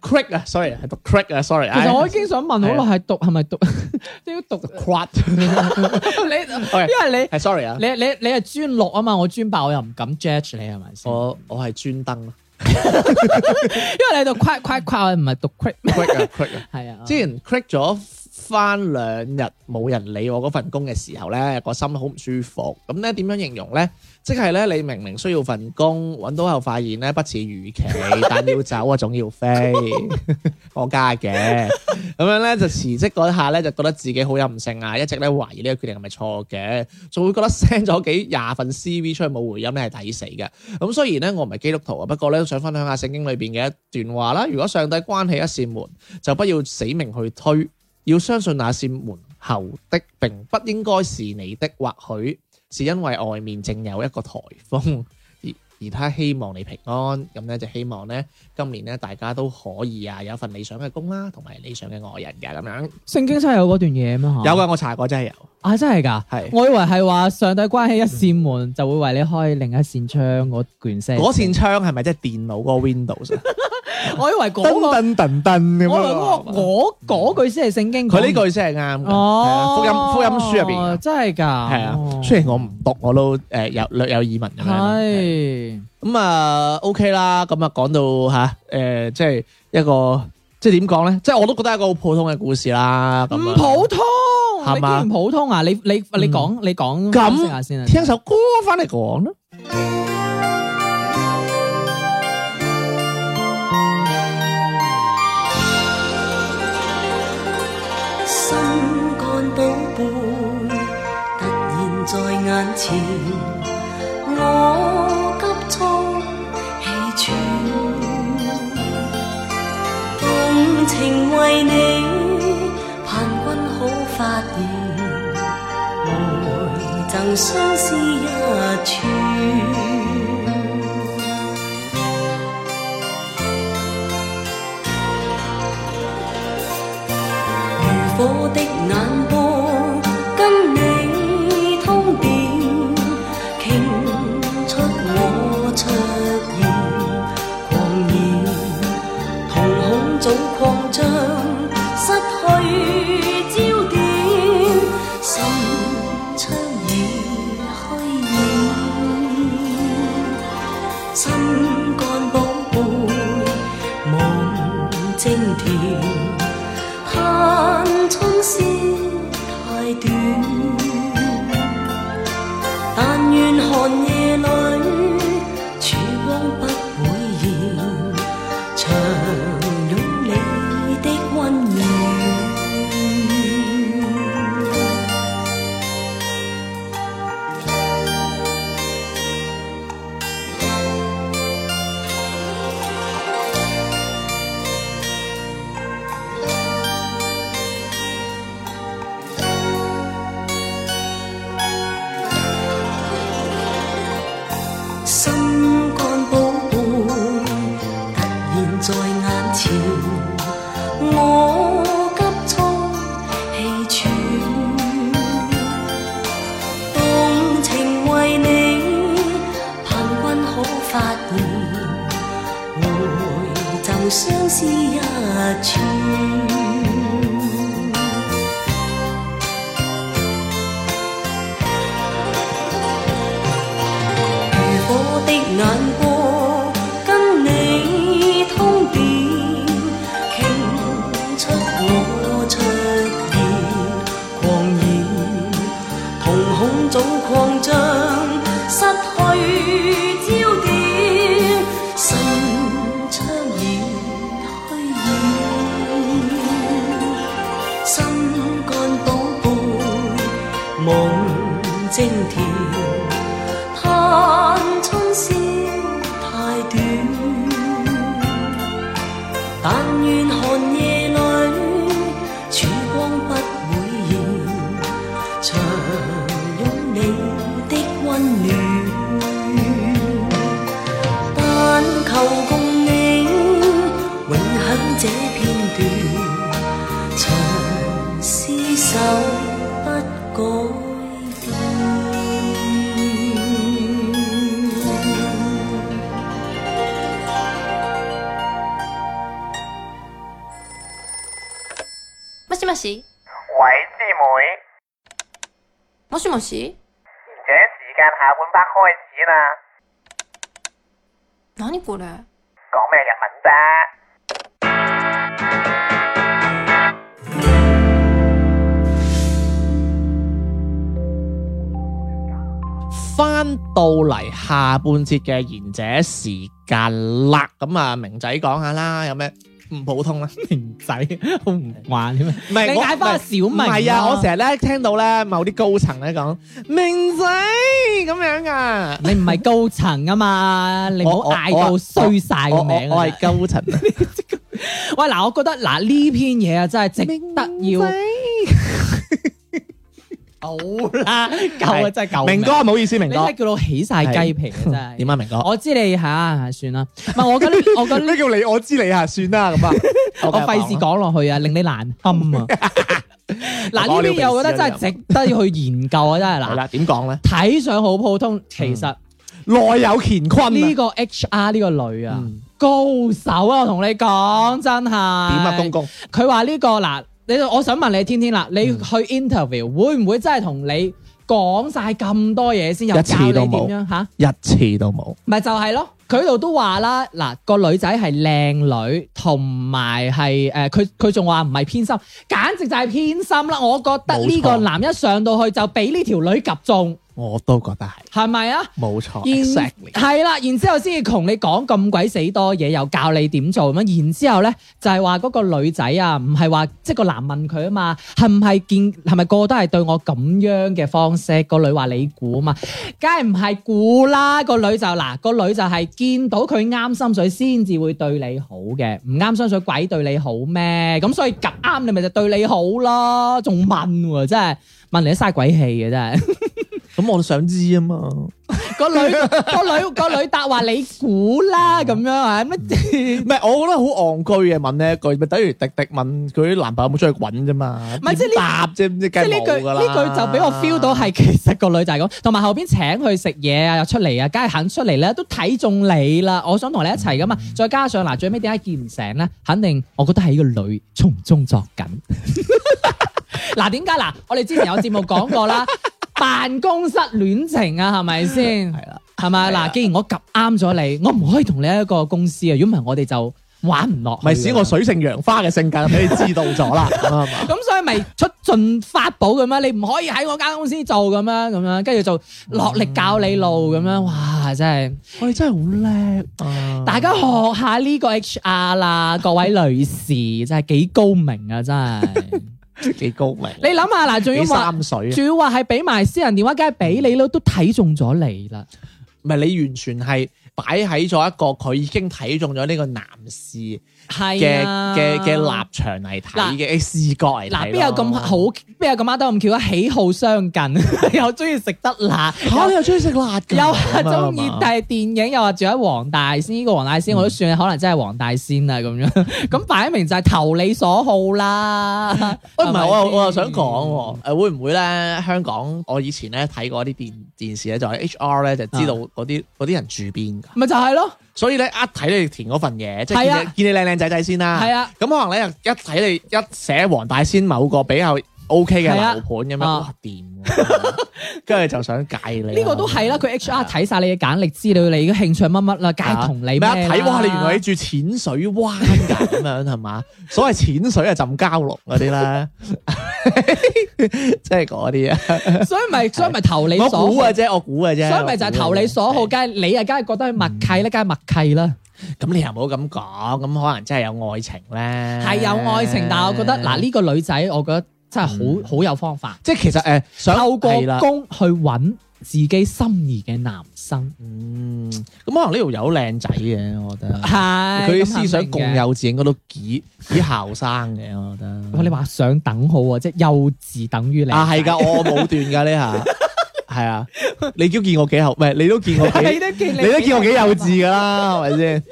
[SPEAKER 1] crick 啊，sorry 係讀 crick 啊，sorry。
[SPEAKER 2] 其實我已經想問
[SPEAKER 1] 啊
[SPEAKER 2] 好耐，係讀係咪讀 都要 讀 quad？
[SPEAKER 1] OK，
[SPEAKER 2] 你因為
[SPEAKER 1] 係 sorry 啊
[SPEAKER 2] 你，你你你係專六啊嘛，我專八我又唔敢 judge 你係咪先？
[SPEAKER 1] 我我係專登啊
[SPEAKER 2] 因為你讀 quad quad quad 唔係讀 quit，
[SPEAKER 1] crick 啊 crick 啊。
[SPEAKER 2] 係啊。
[SPEAKER 1] 之前 crick 咗翻兩日冇人理我嗰份工嘅時候咧，個心好唔舒服。咁咧點樣形容咧？即係咧，你明明需要份工，揾到後發現咧不似預期，但要走啊總要飛， 我加嘅。咁樣咧就辭職嗰下咧就覺得自己好任性啊，一直咧懷疑呢個決定係咪錯嘅，仲會覺得 send 咗幾廿份 CV 出去冇回音咧係抵死嘅。咁雖然咧我唔係基督徒啊，不過咧都想分享下聖經裏邊嘅一段話啦。如果上帝關起一扇門，就不要死命去推，要相信那扇門後的並不應該是你的，或許是因為外面正有一個颱風。 而而他希望你平安，咁咧就希望咧今年咧大家都可以啊有一份理想嘅工啦，同埋理想嘅愛人嘅咁樣。
[SPEAKER 2] 聖經真係有嗰段嘢咩？
[SPEAKER 1] 哦有嘅，我查過真係有，
[SPEAKER 2] 啊，真係㗎！
[SPEAKER 1] 係
[SPEAKER 2] 我以為係話上帝關起一扇門，就會為你開另一扇窗嗰卷聲。
[SPEAKER 1] 嗰扇窗係咪即係電腦嗰個 Windows 啊？
[SPEAKER 2] 我以為嗰、個，我
[SPEAKER 1] 噔噔噔噔
[SPEAKER 2] 以
[SPEAKER 1] 咁啊
[SPEAKER 2] 為
[SPEAKER 1] 樣
[SPEAKER 2] 嗰、個嗰嗰句先係聖經講。
[SPEAKER 1] 佢呢句先係啱嘅，
[SPEAKER 2] 哦，
[SPEAKER 1] 係啊福音福音書入邊嘅，
[SPEAKER 2] 真係㗎。哦係
[SPEAKER 1] 係啊。雖然我唔讀，我都誒有略有耳聞咁樣。
[SPEAKER 2] 係
[SPEAKER 1] 咁啊 OK 啦，咁啊講到嚇誒，即係一個即係點講咧？即係我都覺得係一個好普通嘅故事啦。咁
[SPEAKER 2] 唔
[SPEAKER 1] 啊
[SPEAKER 2] 普通，
[SPEAKER 1] 係
[SPEAKER 2] 你
[SPEAKER 1] 嘛
[SPEAKER 2] 竟然普通啊！你你你講你講
[SPEAKER 1] 咁
[SPEAKER 2] 分析下先啊。
[SPEAKER 1] 聽首歌翻嚟講啦。
[SPEAKER 3] 心肝寶貝，突然在眼前，我急促氣喘，動情為你，盼君好發現，愛贈相思一串。如火的眼波，跟你通電，傾出我出現狂言，瞳孔早擴張，失去焦點，心窗已虛掩。心肝寶貝，望清甜，盼春宵太短。但願寒夜裏，曙光不會厭，長擁你的溫暖。心肝寶貝，突然在眼前，我急促氣喘，動情為你，盼君可發現，愛贈相思一串。如火的眼波，跟你通電，傾出我出現狂言，瞳孔早擴張，失去焦點，心窗已虛掩。
[SPEAKER 4] もしもし
[SPEAKER 5] 而時間下半 part 開始啦，
[SPEAKER 4] 何これ
[SPEAKER 5] 講咩日文啫？
[SPEAKER 1] 翻到嚟下半節嘅賢者時間啦，咁啊明仔講下啦，有咩唔普通咧？
[SPEAKER 2] 明 仔好唔慣添啊！
[SPEAKER 1] 唔係
[SPEAKER 2] 你
[SPEAKER 1] 我
[SPEAKER 2] 嗌翻小明
[SPEAKER 1] 唔係啊！我成日咧聽到咧某啲高層咧講明仔咁樣啊，
[SPEAKER 2] 你唔係高層啊嘛，你唔好嗌到衰 晒個名
[SPEAKER 1] 我我我！
[SPEAKER 2] 啊
[SPEAKER 1] 係高層啊，
[SPEAKER 2] 喂，嗱，我覺得嗱呢篇嘢啊，真係值得
[SPEAKER 1] 明
[SPEAKER 2] 要
[SPEAKER 1] 仔
[SPEAKER 2] 好啦，夠啊，
[SPEAKER 1] 係
[SPEAKER 2] 真係夠
[SPEAKER 1] 明哥，唔好意思，明
[SPEAKER 2] 你
[SPEAKER 1] 哥
[SPEAKER 2] 真係叫到起晒雞皮啊！真係
[SPEAKER 1] 點啊，明哥？
[SPEAKER 2] 我知你吓算啦，唔係我覺 得我覺得
[SPEAKER 1] 咩叫你我知你啊？算啦咁啊，
[SPEAKER 2] 我費事講落去啊，令你難 堪啊！嗱呢篇嘢我覺得真係值得去研究啊！真係
[SPEAKER 1] 係
[SPEAKER 2] 嗱，
[SPEAKER 1] 啦，嗯點講咧？
[SPEAKER 2] 睇上好普通，其實
[SPEAKER 1] 內有乾坤
[SPEAKER 2] 呢
[SPEAKER 1] 啊！
[SPEAKER 2] 個 HR 呢個女啊
[SPEAKER 1] 嗯，
[SPEAKER 2] 高手啊！我同你講真係點
[SPEAKER 1] 點啊，公公？
[SPEAKER 2] 佢話呢個嗱，你我想問你天天啦，
[SPEAKER 1] 嗯
[SPEAKER 2] 你去 interview 會唔會真係同你講晒咁多嘢先有
[SPEAKER 1] 一次
[SPEAKER 2] 教你
[SPEAKER 1] 都
[SPEAKER 2] 點
[SPEAKER 1] 冇
[SPEAKER 2] 樣吓？
[SPEAKER 1] 一次都冇。
[SPEAKER 2] 咪就係咯，佢度都話啦，嗱個女仔係靚女，同埋係誒，佢佢仲話唔係偏心，簡直就係偏心啦！我覺得呢個
[SPEAKER 1] 冇錯
[SPEAKER 2] 男一上到去就俾呢條女及中，
[SPEAKER 1] 我都覺得係
[SPEAKER 2] 係咪啊？
[SPEAKER 1] 冇錯
[SPEAKER 2] 然
[SPEAKER 1] ，exactly。
[SPEAKER 2] 係啦，然之後先至同你講咁鬼死多嘢，又教你點做咁樣。然之後咧就係話嗰個女仔啊，唔係話即係個男問佢啊嘛，係唔係見係咪個個都係對我咁樣嘅方式？個女話你估啊嘛，梗係唔係估啦？個女就嗱，個女就係見到佢啱心水先至會對你好嘅，唔啱心水鬼對你好咩？咁所以夾啱你咪就對你好咯，仲問喎真係問你都嘥鬼氣嘅真係。
[SPEAKER 1] 咁我都想知啊嘛。唔
[SPEAKER 2] 個女個女個女答話你估啦咁樣啊乜？
[SPEAKER 1] 係，我覺得好戇居嘅問呢一句，咪等於迪迪問佢啲男朋友有冇出去滾啫嘛。
[SPEAKER 2] 唔係即係呢
[SPEAKER 1] 點答啫，即
[SPEAKER 2] 即係
[SPEAKER 1] 係
[SPEAKER 2] 呢句呢句就俾我 feel 到 係其實個女就係咁，同埋後邊請佢食嘢啊，又出嚟啊，梗係肯出嚟咧，都睇中你啦。我想同你一齊噶嘛，再加上嗱，最尾點解見唔成咧？肯定我覺得係呢個女從中作 梗。嗱，點解嗱？我哋之前有節目講過 啦。辦公室戀情啊，係咪先？係啦，係啊咪嗱？既然我及啱咗你，我唔可以同你一個公司啊，如果唔係我哋就玩唔落去㗎啦。
[SPEAKER 1] 咪使我水性楊花嘅性格俾你知道咗啦，啱嘛？
[SPEAKER 2] 咁所以咪出盡法寶咁樣，你唔可以喺我間公司做咁樣咁樣，跟住就落力教你路咁樣，哇！真係
[SPEAKER 1] 我哋真係好叻啊！
[SPEAKER 2] 大家學下 呢個 HR 啦，各位女士真係幾高明啊！真係，
[SPEAKER 1] 幾高明，
[SPEAKER 2] 你諗下嗱，仲要
[SPEAKER 1] 幾
[SPEAKER 2] 話。
[SPEAKER 1] 三水啊
[SPEAKER 2] 仲要話係俾埋私人電話，梗係俾你咯，都睇中咗你啦。
[SPEAKER 1] 唔係你完全係擺喺咗一個佢已經睇中咗呢個男士嘅
[SPEAKER 2] 係啊
[SPEAKER 1] 嘅嘅立場嚟睇嘅視覺嚟睇咯
[SPEAKER 2] 嗱，邊有咁好？？邊有咁啱得咁巧啊？喜好相近， 又中意食得辣，
[SPEAKER 1] 嚇你又中意食辣㗎？
[SPEAKER 2] 又話中意
[SPEAKER 1] 啊咁啊嗯
[SPEAKER 2] 睇電影，又話住喺黃大仙，呢、個黃大仙我都算可能真係黃大仙啦咁樣， 咁擺明就係投你所好啦。
[SPEAKER 1] 喂，唔係，我又我又想
[SPEAKER 2] 講
[SPEAKER 1] 講喎，誒會唔會咧？香港我以前咧睇過啲電電視咧，就係 H R 咧就知道
[SPEAKER 2] 啊
[SPEAKER 1] 嗰啲嗰啲人住邊㗎，
[SPEAKER 2] 咪就係咯，
[SPEAKER 1] 所以咧一睇你填嗰份嘢，即係
[SPEAKER 2] 係啊
[SPEAKER 1] 見你見你靚靚仔仔先啦。
[SPEAKER 2] 係啊，
[SPEAKER 1] 咁可能咧一睇你一寫黃大仙某個比較 O K 嘅
[SPEAKER 2] 係啊
[SPEAKER 1] 樓盤咁樣，
[SPEAKER 2] 啊
[SPEAKER 1] 哇掂喎，跟住就想戒你啦。
[SPEAKER 2] 呢個都係
[SPEAKER 1] 啊
[SPEAKER 2] 啦，佢 HR 睇晒你嘅簡歷資料，你嘅興趣乜乜啦，梗係同你咩
[SPEAKER 1] 咩一睇，哇！
[SPEAKER 2] 啦
[SPEAKER 1] 你原來你住淺水灣㗎，咁樣係 嘛？所謂淺水係浸蛟龍嗰啲啦， 即係嗰啲啊。
[SPEAKER 2] 所以 咪所以咪投你所
[SPEAKER 1] 我
[SPEAKER 2] 好，
[SPEAKER 1] 估嘅
[SPEAKER 2] 所
[SPEAKER 1] 啫，我估嘅啫。
[SPEAKER 2] 以咪就係
[SPEAKER 1] 我估嘅啫啊
[SPEAKER 2] 投你所
[SPEAKER 1] 嗯
[SPEAKER 2] 好，梗係你啊，梗係覺得佢默契咧，梗係默契啦。
[SPEAKER 1] 咁你又唔好咁講，咁可能真係有愛情咧。
[SPEAKER 2] 係有愛情，但係我覺得嗱，呢個女仔，我覺得真係
[SPEAKER 1] 嗯
[SPEAKER 2] 好好有方法，
[SPEAKER 1] 即係其實誒，想
[SPEAKER 2] 透過
[SPEAKER 1] 係啦
[SPEAKER 2] 工去揾自己心儀嘅男生。
[SPEAKER 1] 嗯，咁可能呢度有靚仔嘅，我覺得。
[SPEAKER 2] 係
[SPEAKER 1] 佢啲思想共。
[SPEAKER 2] 咁肯定嘅
[SPEAKER 1] 有志應該都幾幾後生嘅，我覺得。
[SPEAKER 2] 哇！你話想等好喎，即係幼稚等於你
[SPEAKER 1] 啊，係㗎，我冇斷㗎呢下， 係啊，你都見我幾後，唔 係你都見我幾，
[SPEAKER 2] 你都見
[SPEAKER 1] 你都見我幾幼稚㗎啦，係咪先？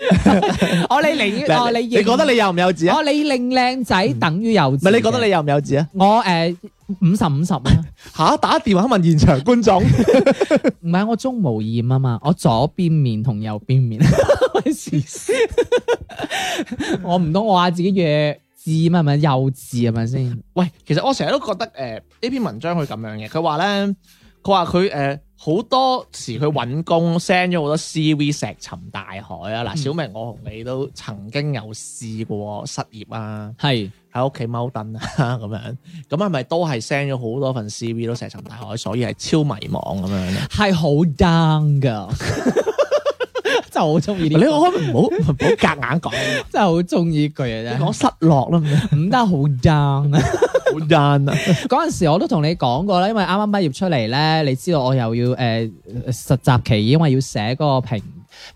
[SPEAKER 2] 我你寧願哦你
[SPEAKER 1] 你覺得你幼唔幼稚啊？
[SPEAKER 2] 哦你令靚仔等於幼稚，唔
[SPEAKER 1] 唔係你覺得你幼唔幼稚啊？
[SPEAKER 2] 我誒五十五十 啊？
[SPEAKER 1] 嚇，打電話問現場觀眾。
[SPEAKER 2] 唔係我中無厭啊嘛，我左邊面同 右邊面，我唔通我話自己弱稚嘛，係咪幼稚係咪先？
[SPEAKER 1] 喂，其實我成日都覺得誒呢、篇文章佢咁樣嘅，佢話咧，佢話佢誒好多時佢揾工 send 咗好多 CV 石沉大海啊！嗱，小明我同你都曾經有試過失業啊，
[SPEAKER 2] 係
[SPEAKER 1] 喺屋企踎凳啊咁樣，咁係咪都係 send 咗好多份 CV 都石沉大海，所以係超迷茫咁啊樣嘅？
[SPEAKER 2] 係好 down 噶， 真係好中意呢
[SPEAKER 1] 你可
[SPEAKER 2] 句，
[SPEAKER 1] 唔可以唔好唔好夾硬講，
[SPEAKER 2] 真係好中意呢句
[SPEAKER 1] 你
[SPEAKER 2] 啊！
[SPEAKER 1] 講失落啦，唔
[SPEAKER 2] 真係唔得好 down 啊！
[SPEAKER 1] 好 down 啊！
[SPEAKER 2] 嗰陣時我都同你講過啦，因為啱啱畢業出嚟咧，你知道我又要誒、呃、實習期，因為要寫嗰個評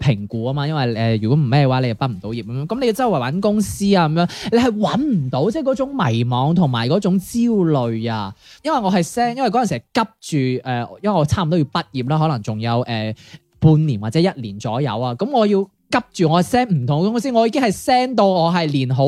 [SPEAKER 2] 評估啊嘛，因為誒、呃如果唔咩嘅話，你又畢唔到業咁樣，咁你要周圍揾公司啊咁樣，你係揾唔到，即係嗰種迷茫同埋嗰種焦慮啊，因為我係 send，因為嗰陣時係急住誒、呃因為我差唔多要畢業啦，可能仲有誒、呃半年或者一年左右啊，咁我要急住我 send 唔同嘅公司，我已經係 send 到我係連好。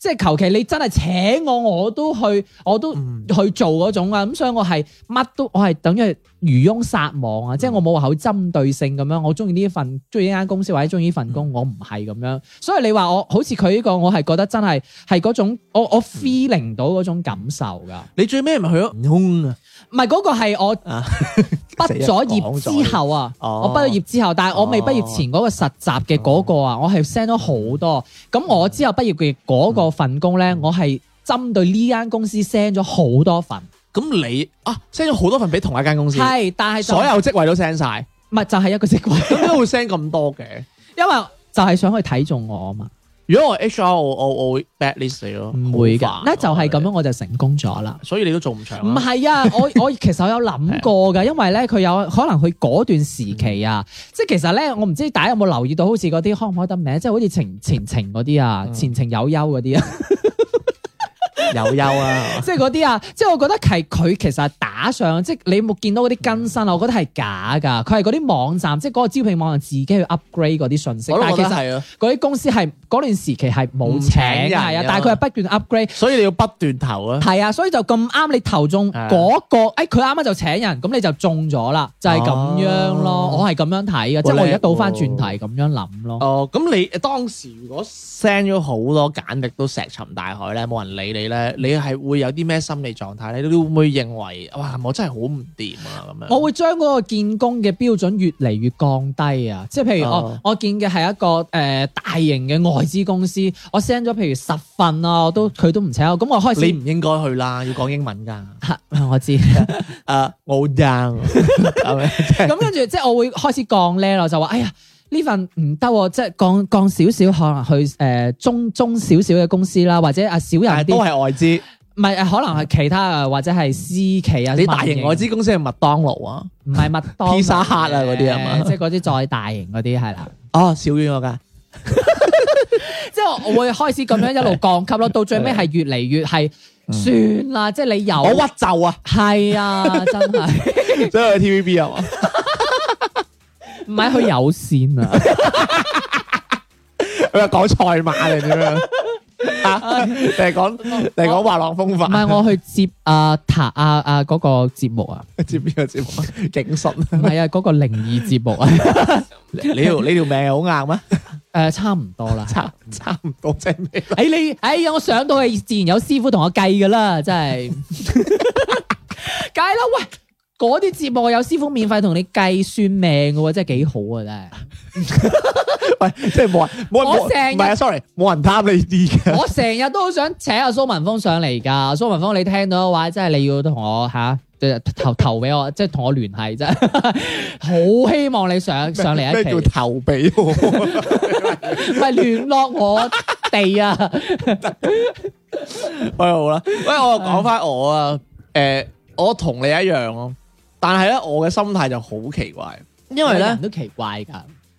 [SPEAKER 2] 即係求其你真係請我，我都去，我都
[SPEAKER 1] 嗯
[SPEAKER 2] 去做嗰種啊！咁、所以我係乜都，我係等於係漁翁撒網啊！
[SPEAKER 1] 嗯
[SPEAKER 2] 即係我冇話好針對性咁樣，我中意呢份，中意呢間公司或者中意呢份
[SPEAKER 1] 嗯
[SPEAKER 2] 工，我唔係咁樣。所以你話我好似佢呢個，我係覺得真係係嗰種，我
[SPEAKER 1] 嗯
[SPEAKER 2] 我 feeling 到嗰種感受㗎。
[SPEAKER 1] 你最尾咪去咗悟空啊？
[SPEAKER 2] 唔係嗰個係我
[SPEAKER 1] 啊
[SPEAKER 2] 畢咗業之後啊，
[SPEAKER 1] 哦
[SPEAKER 2] 我畢咗業之後，但係我未畢業前嗰個實習嘅嗰個啊，我係 send 咗好多。咁
[SPEAKER 1] 嗯
[SPEAKER 2] 我之後畢業嘅嗰個份工咧，我係針對呢間公司 send 咗好多份，
[SPEAKER 1] 咁你啊 send 咗好多份俾同一間公司，
[SPEAKER 2] 係，但係就
[SPEAKER 1] 所有職位都 send 晒。
[SPEAKER 2] 唔係就係一個職 位，
[SPEAKER 1] 咁點解會 send 咁多嘅？
[SPEAKER 2] 因為就係想去睇中我啊嘛，
[SPEAKER 1] 如果我 HR 我我我會 bad list 你咯，
[SPEAKER 2] 唔會
[SPEAKER 1] 好
[SPEAKER 2] 㗎，
[SPEAKER 1] 煩
[SPEAKER 2] 咧就係咁樣
[SPEAKER 1] 啊，
[SPEAKER 2] 我就成功咗啦。
[SPEAKER 1] 所以你都做唔長
[SPEAKER 2] 唔
[SPEAKER 1] 啊。
[SPEAKER 2] 係啊， 我我其實我有諗過㗎，因為咧佢有可能佢嗰段時期啊，即係其實咧我唔知大家有冇留意到，好似嗰啲開唔開得名，即係好似前前程嗰啲啊，
[SPEAKER 1] 嗯
[SPEAKER 2] 前程有憂嗰 啲啊，
[SPEAKER 1] 有憂啊，
[SPEAKER 2] 即係嗰啲啊，即係我覺得係佢其實係打上，即係你有冇見到嗰啲更新啊？我覺得係假㗎，佢係嗰啲網站，即係嗰個招聘網站自己去 upgrade 嗰啲信息，
[SPEAKER 1] 我
[SPEAKER 2] 但
[SPEAKER 1] 都
[SPEAKER 2] 係
[SPEAKER 1] 覺得
[SPEAKER 2] 其實
[SPEAKER 1] 係啊，
[SPEAKER 2] 嗰啲公司係嗰段時期係冇
[SPEAKER 1] 唔
[SPEAKER 2] 請
[SPEAKER 1] 請
[SPEAKER 2] 係
[SPEAKER 1] 人
[SPEAKER 2] 啊
[SPEAKER 1] 㗎，
[SPEAKER 2] 但係佢係不斷 upgrade。
[SPEAKER 1] 所以你要不斷投啊。
[SPEAKER 2] 係啊，所以就咁啱你投中
[SPEAKER 1] 係啊
[SPEAKER 2] 嗰、個，誒佢啱啱就請人，咁你就中咗啦，就係、咁樣咯。
[SPEAKER 1] 哦
[SPEAKER 2] 我係咁樣睇嘅，即
[SPEAKER 1] 好
[SPEAKER 2] 係我
[SPEAKER 1] 叻
[SPEAKER 2] 而家倒翻
[SPEAKER 1] 喎
[SPEAKER 2] 轉題咁樣諗咯。
[SPEAKER 1] 哦，咁你當時如果 send 咗好多簡歷都石沉大海咧，冇人理你咧，你係會有啲咩心理狀態咧？你會唔會認為哇，我真係好唔掂啊咁樣？
[SPEAKER 2] 我會將嗰個見工嘅標準越嚟越降低啊！即係譬如我、
[SPEAKER 1] 哦
[SPEAKER 2] 我見嘅係一個誒、呃大型嘅外資公司，我 send 咗譬如十份啊，我都佢都唔請我，咁我開
[SPEAKER 1] 你
[SPEAKER 2] 始
[SPEAKER 1] 唔應該去啦，要講英文 㗎。
[SPEAKER 2] 我知。
[SPEAKER 1] 誒，我好 down 咁樣即係
[SPEAKER 2] 咁跟住即係我會開始降咧咯，就話哎呀呢份唔得喎，即係降降少少，可能去誒、呃中中少少嘅公司啦，或者啊少人
[SPEAKER 1] 但係
[SPEAKER 2] 啲
[SPEAKER 1] 都。係外資，
[SPEAKER 2] 唔係，可能係其他啊，或者係私企啊，
[SPEAKER 1] 你大型外
[SPEAKER 2] 我知，
[SPEAKER 1] 資公司係麥當勞啊，
[SPEAKER 2] 唔係麥當
[SPEAKER 1] Pizza Hut 啊嗰啲係嘛
[SPEAKER 2] 誒即係嗰啲再大型嗰啲係啦。
[SPEAKER 1] 哦，少於我㗎。
[SPEAKER 2] 即係我會開始咁樣一路降級咯，到最尾係越嚟越係算啦，即係你有
[SPEAKER 1] 我屈就啊，
[SPEAKER 2] 係 啊，真係
[SPEAKER 1] 所以去 TVB 啊嘛，
[SPEAKER 2] 唔係佢有線 啊，
[SPEAKER 1] 佢話講賽馬定點樣啊？定係講定係講滑浪風
[SPEAKER 2] 唔
[SPEAKER 1] 帆？
[SPEAKER 2] 係我去接啊塔啊啊嗰個節目啊，
[SPEAKER 1] 接邊個節目？警訊
[SPEAKER 2] 唔係啊嗰個靈異節目啊，
[SPEAKER 1] 你 條你條命好硬咩？
[SPEAKER 2] 誒差唔多啦。
[SPEAKER 1] 差差唔多即係咩？
[SPEAKER 2] 哎你，哎呀，我上到去自然有師傅同我計噶啦，真係，梗係啦，喂，嗰啲節目我有師傅免費同你計算命嘅喎，真係幾好啊，真係。
[SPEAKER 1] 喂，即係冇人冇人
[SPEAKER 2] 我成日
[SPEAKER 1] 冇唔係啊，sorry，冇人貪你啲嘅。
[SPEAKER 2] 我成日都好想請阿蘇文峰上嚟㗎，蘇文峰你聽到嘅話，真係你要同我吓，即係投投俾我，即係同我聯繫啫。好希望你上上嚟
[SPEAKER 1] 咩
[SPEAKER 2] 一期，
[SPEAKER 1] 叫投俾我？
[SPEAKER 2] 唔係聯絡我哋啊。
[SPEAKER 1] 喂好啦，喂我講翻我啊，誒，我同你一樣咯，但係咧我嘅心態就好奇怪，因為咧
[SPEAKER 2] 人。都奇怪㗎，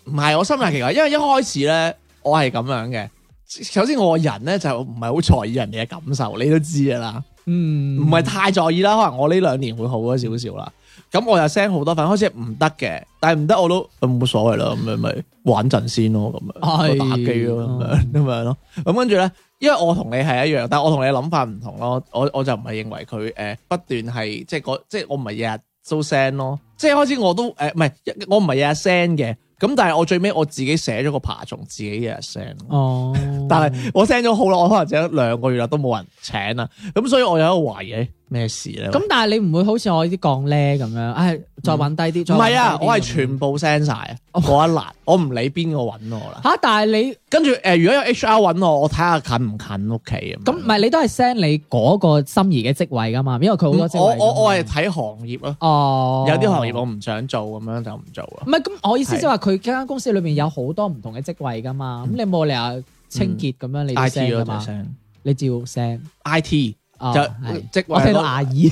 [SPEAKER 1] 唔係我心態奇怪，因為一開始咧，我係咁樣嘅。首先我個人咧就唔係好在意人哋嘅感受，你都知噶啦，
[SPEAKER 2] 嗯，
[SPEAKER 1] 唔係太在意啦。可能我呢兩年會好咗少少啦。咁我又 send 好多份，開始唔得嘅，但係唔得我都嗯冇所謂啦，咁樣咪玩陣先咯，咁
[SPEAKER 2] 係
[SPEAKER 1] 樣打機咯，咁樣咁樣咯。咁跟住咧，因為我同你係一樣，但係我同你嘅諗法唔同咯。我我就唔係認為佢誒、呃不斷係即係嗰即係我唔係日日都 send 咯，即係開始我都呃誒唔係我唔係日日 send 嘅，咁但係我最尾我自己寫咗個爬蟲，自己日日 send 咯。
[SPEAKER 2] 哦，
[SPEAKER 1] 但係我 send 咗好耐，我可能整咗兩個月啦，都冇人請啦。咁所以我有一個懷疑欸咩事咧？
[SPEAKER 2] 咁但係你唔會好似我呢啲降咧咁樣，唉，再揾低啲，再
[SPEAKER 1] 唔係啊
[SPEAKER 2] 搵，低啲
[SPEAKER 1] 我係
[SPEAKER 2] 咁樣
[SPEAKER 1] 全部 send 晒啊嗰
[SPEAKER 2] 哦
[SPEAKER 1] 一欄，我唔理邊個揾我啦。
[SPEAKER 2] 吓，但係你
[SPEAKER 1] 跟住誒，如果有 HR 揾我，我睇下近唔近屋企咁樣。嗯
[SPEAKER 2] 咁唔係你都係 send 你嗰個心儀嘅職位噶嘛？因為佢好多職
[SPEAKER 1] 我
[SPEAKER 2] 位㗎嘛。
[SPEAKER 1] 我我係睇行業咯，
[SPEAKER 2] 哦，
[SPEAKER 1] 有啲行業我唔想做咁樣就唔做啊啦。
[SPEAKER 2] 唔係咁，我意思
[SPEAKER 1] 係
[SPEAKER 2] 即係話佢間公司裏面有好多唔同嘅職位噶嘛，咁你冇理由清潔咁樣你
[SPEAKER 1] 嗯 I T
[SPEAKER 2] send
[SPEAKER 1] 咯
[SPEAKER 2] 噶
[SPEAKER 1] 就
[SPEAKER 2] 嘛，
[SPEAKER 1] 聲
[SPEAKER 2] 你照 send。
[SPEAKER 1] I T
[SPEAKER 2] 哦
[SPEAKER 1] 就
[SPEAKER 2] 係
[SPEAKER 1] 職
[SPEAKER 2] 我聽到
[SPEAKER 1] 位
[SPEAKER 2] 牙 醫，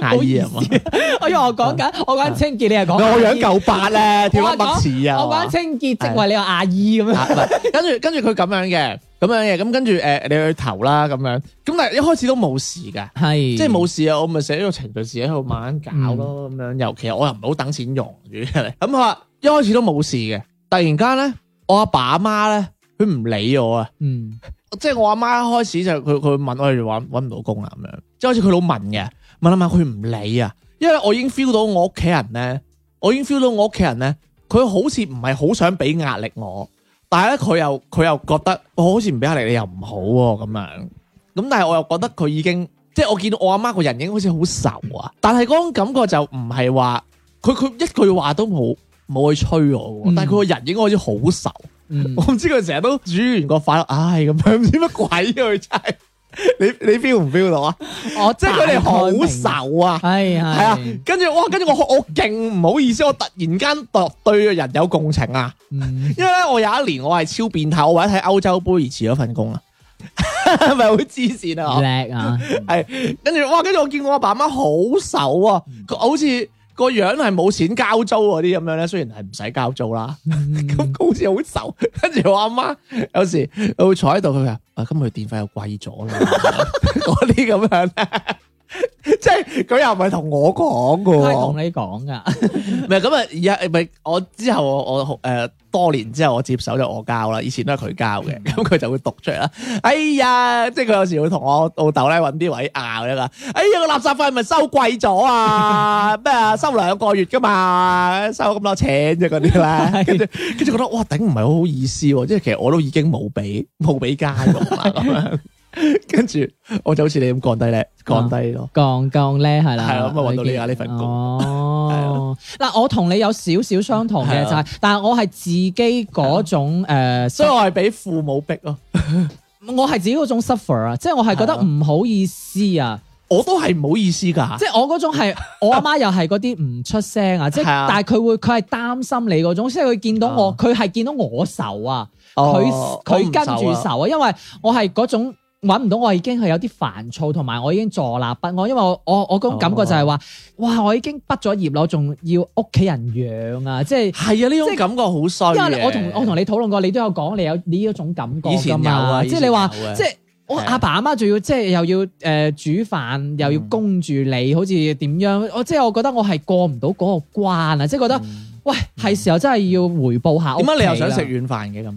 [SPEAKER 1] I E 啊嘛。
[SPEAKER 2] 我以哎為我講緊我講緊清潔，你係講
[SPEAKER 1] 嗯我
[SPEAKER 2] 牙
[SPEAKER 1] 養
[SPEAKER 2] 醫
[SPEAKER 1] 九八咧，跳乜乜似啊！
[SPEAKER 2] 我講緊清潔職位，你話牙醫咁樣。
[SPEAKER 1] 啊唔係跟住跟住佢咁樣嘅，咁樣嘅，咁跟住誒你去投啦咁樣，咁但係一開始都冇事㗎，
[SPEAKER 2] 係
[SPEAKER 1] 即係冇事啊，我咪寫咗個程序自己喺度慢慢搞咯咁樣，尤其我又唔係好等錢用住咁佢話一開始都冇事嘅，突然間咧我阿爸阿媽咧佢唔理我啊，
[SPEAKER 2] 嗯
[SPEAKER 1] 即係我阿媽一開始就佢佢問我哋揾揾唔到工啦啊咁樣，即係開始佢老問嘅，問下問佢唔理啊，因為我已經 feel 到我屋企人咧，我已經 feel 到我屋企人咧，佢好似唔係好想俾壓力我，但係咧佢又佢又覺得我好似唔俾壓力你又唔好喎、咁樣，咁但係我又覺得佢已經即係我見到我阿媽個人已經好似好愁啊，但係嗰種感覺就唔係話佢佢一句話都冇冇去催我喎，
[SPEAKER 2] 嗯
[SPEAKER 1] 但係佢個人已經開始好愁。
[SPEAKER 2] 嗯，
[SPEAKER 1] 我唔知佢成日都煮完個快樂，唉咁樣，唔知乜鬼啊佢真係。你 你 feel 唔 feel 到啊？
[SPEAKER 2] 我
[SPEAKER 1] 即係佢哋好
[SPEAKER 2] 哦大概明，哎
[SPEAKER 1] 愁啊，
[SPEAKER 2] 係
[SPEAKER 1] 係啊
[SPEAKER 2] 係。
[SPEAKER 1] 跟住哇，跟住我我勁唔好意思，我突然間對對個人有共情啊！
[SPEAKER 2] 嗯
[SPEAKER 1] 因為咧，我有一年我係超變態，我為咗睇歐洲杯而辭咗份工啊， 係咪好黐線啊？
[SPEAKER 2] 叻啊！
[SPEAKER 1] 係，跟住哇，跟住我見我阿爸媽好愁啊，
[SPEAKER 2] 嗯
[SPEAKER 1] 佢好似個樣係冇錢交租嗰啲咁樣咧，雖然係唔使交租啦。
[SPEAKER 2] 嗯
[SPEAKER 1] 咁佢好似好愁，跟住我阿媽有時佢會坐喺度，佢話：啊，今日電費又貴咗 啦，嗰啲咁樣咧，即係佢又唔係同我講噶
[SPEAKER 2] 佢係同
[SPEAKER 1] 喎，
[SPEAKER 2] 你講噶，
[SPEAKER 1] 唔係咁啊，而家咪我之後我我誒、呃多年之後我接手就我交啦，以前都係佢交嘅，咁佢就會讀出嚟啦。哎呀，即係佢有時會同我老豆咧揾啲位拗咧話：哎呀，個垃圾費係咪收貴咗啊？咩啊，收兩個月噶嘛，收咁多錢啫嗰啲啦。跟住跟住覺得哇頂唔係好好意思喎，即係其實我都已經冇俾冇俾家用啦咁樣。跟住我就好似你咁降低咧，降低咯。
[SPEAKER 2] 降降咧係啦，
[SPEAKER 1] 係啊咁咪揾到呢家呢份工啊
[SPEAKER 2] 哦，嗱，我同你有少少相同嘅
[SPEAKER 1] 係啊嗯
[SPEAKER 2] 就係，但係我係自己嗰種誒，
[SPEAKER 1] 所
[SPEAKER 2] 所
[SPEAKER 1] 以我係俾父母逼咯，
[SPEAKER 2] 以我係自己嗰種 suffer 啊，即係我係覺得
[SPEAKER 1] 係啊啊
[SPEAKER 2] 唔好意思啊，
[SPEAKER 1] 我都係唔好意思㗎。
[SPEAKER 2] 即係我嗰 種係我阿媽又係嗰啲唔出聲啊，即係
[SPEAKER 1] 係啊
[SPEAKER 2] 但係佢會佢係擔心你嗰種，即係佢見到我，
[SPEAKER 1] 啊
[SPEAKER 2] 佢係見到我愁啊，佢
[SPEAKER 1] 哦
[SPEAKER 2] 佢
[SPEAKER 1] 我唔
[SPEAKER 2] 跟
[SPEAKER 1] 受
[SPEAKER 2] 住
[SPEAKER 1] 啊
[SPEAKER 2] 愁啊，因為我係嗰種。揾唔到，我已經係有啲煩躁，同埋我已經坐立不安，因為我我我嗰種感覺就
[SPEAKER 1] 哦
[SPEAKER 2] 係話，哇！我已經畢咗業啦，我仲要屋企人養啊，即係
[SPEAKER 1] 係啊，呢
[SPEAKER 2] 即
[SPEAKER 1] 種
[SPEAKER 2] 係
[SPEAKER 1] 感覺好衰嘅
[SPEAKER 2] 因為我同我同你討論過，你都有講你有呢一種感覺
[SPEAKER 1] 以前
[SPEAKER 2] 㗎
[SPEAKER 1] 有
[SPEAKER 2] 嘛，
[SPEAKER 1] 啊，
[SPEAKER 2] 即係你話
[SPEAKER 1] 以前有嘅
[SPEAKER 2] 即係。
[SPEAKER 1] 係
[SPEAKER 2] 我
[SPEAKER 1] 啊嗯
[SPEAKER 2] 阿爸阿媽仲要即係又要誒、呃煮飯，又要供住你，好似點樣？我即係我覺得我係過唔到嗰個關啊！即係覺得，喂，係時候真係要回報下屋
[SPEAKER 1] 嗯點解你又
[SPEAKER 2] 企啦
[SPEAKER 1] 想食？軟飯嘅咁？呢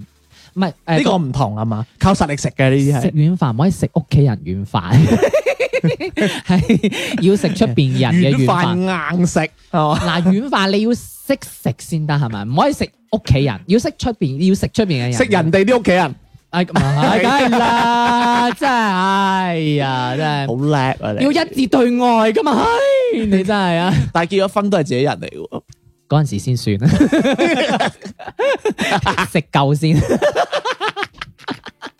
[SPEAKER 2] 唔係誒
[SPEAKER 1] 個唔同啊嘛，靠實力食嘅呢啲
[SPEAKER 2] 食
[SPEAKER 1] 係
[SPEAKER 2] 軟飯唔可以食屋企人軟飯，係要食出邊人嘅軟飯。
[SPEAKER 1] 飯硬食係嘛？
[SPEAKER 2] 嗱，軟飯你要識食先得係咪？唔可以食屋企人，要識出邊，要食出邊嘅人。
[SPEAKER 1] 食人哋啲屋企人
[SPEAKER 2] 哎，咁啊，梗係啦，真係，哎呀，真係
[SPEAKER 1] 好叻啊！
[SPEAKER 2] 要
[SPEAKER 1] 你
[SPEAKER 2] 一致對外噶嘛，唉，你真係啊，
[SPEAKER 1] 但係結咗婚都係自己人嚟喎，
[SPEAKER 2] 嗰陣時先算啦，食夠先。唔係嘅，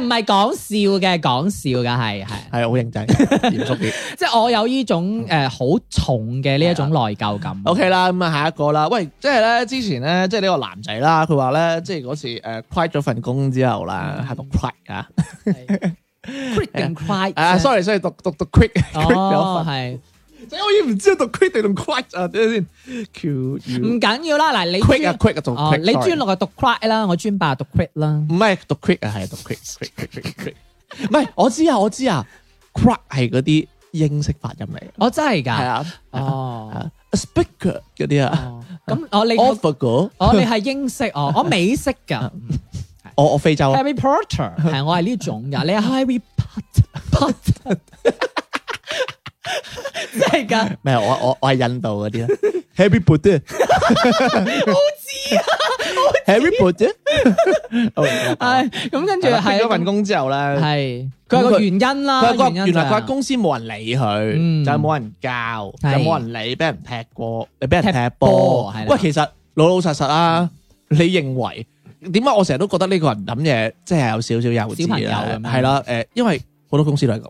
[SPEAKER 2] 唔係講笑嘅，講笑嘅係係，
[SPEAKER 1] 係好認真，嚴 肅啲。
[SPEAKER 2] 即係我有呢種誒好重嘅呢一種內疚感。
[SPEAKER 1] 啊 OK 啦，咁啊下一個啦，喂，即係咧之前咧，即係呢個男仔啦，佢話咧，即係嗰次誒 quit 咗份工之後
[SPEAKER 2] 嗯
[SPEAKER 1] 啦，係讀 quit 啊，
[SPEAKER 2] ，quit and cry
[SPEAKER 1] 啊 sorry sorry，讀讀讀 quit，
[SPEAKER 2] 哦，係
[SPEAKER 1] 即係我已經唔知道讀 quit 定讀 quit 啊，等陣先，Q
[SPEAKER 2] 唔
[SPEAKER 1] U
[SPEAKER 2] 緊要啦，嗱你
[SPEAKER 1] quit 啊
[SPEAKER 2] 專
[SPEAKER 1] quit 啊，讀
[SPEAKER 2] 哦
[SPEAKER 1] quit，
[SPEAKER 2] 你專
[SPEAKER 1] sorry
[SPEAKER 2] 六係讀 cry 啦，我專八係讀 quit 啦。
[SPEAKER 1] 唔係讀 quick 啊，係讀 quick quick quick quick quick。唔係，我知啊，我知啊，crack 係嗰啲英式發音嚟嘅，
[SPEAKER 2] 我真
[SPEAKER 1] 係
[SPEAKER 2] 係㗎，
[SPEAKER 1] 啊
[SPEAKER 2] 哦，
[SPEAKER 1] 啊，speaker 嗰啲啊
[SPEAKER 2] 哦咁我你
[SPEAKER 1] ，offer 個，
[SPEAKER 2] 我你係英式，哦，我美式 㗎。嗯
[SPEAKER 1] 我我非洲啊，
[SPEAKER 2] Harry Potter 係我係呢種㗎，你係 Harry Potter Potter，真係 㗎。
[SPEAKER 1] 哦咩我我我係印度嗰啲啦，啊 Harry Potter，好似啊，Harry Potter，係
[SPEAKER 2] 系咁跟住
[SPEAKER 1] 啦
[SPEAKER 2] 係
[SPEAKER 1] 咗份工之後咧，
[SPEAKER 2] 係佢有個原因啦，
[SPEAKER 1] 佢話個
[SPEAKER 2] 原因
[SPEAKER 1] 原來佢話
[SPEAKER 2] 就係
[SPEAKER 1] 公司冇人理佢，
[SPEAKER 2] 嗯
[SPEAKER 1] 就係冇人教，就
[SPEAKER 2] 係
[SPEAKER 1] 冇人理，俾人踢過，你俾人踢
[SPEAKER 2] 踢
[SPEAKER 1] 波
[SPEAKER 2] 波係。啦
[SPEAKER 1] 喂，其實老老實實啊，你認為點解我成日都覺得呢個人諗嘢即係有少少幼
[SPEAKER 2] 小朋
[SPEAKER 1] 稚
[SPEAKER 2] 友
[SPEAKER 1] 啊
[SPEAKER 2] 咁？樣
[SPEAKER 1] 係啦，誒，因為好多公司都係咁。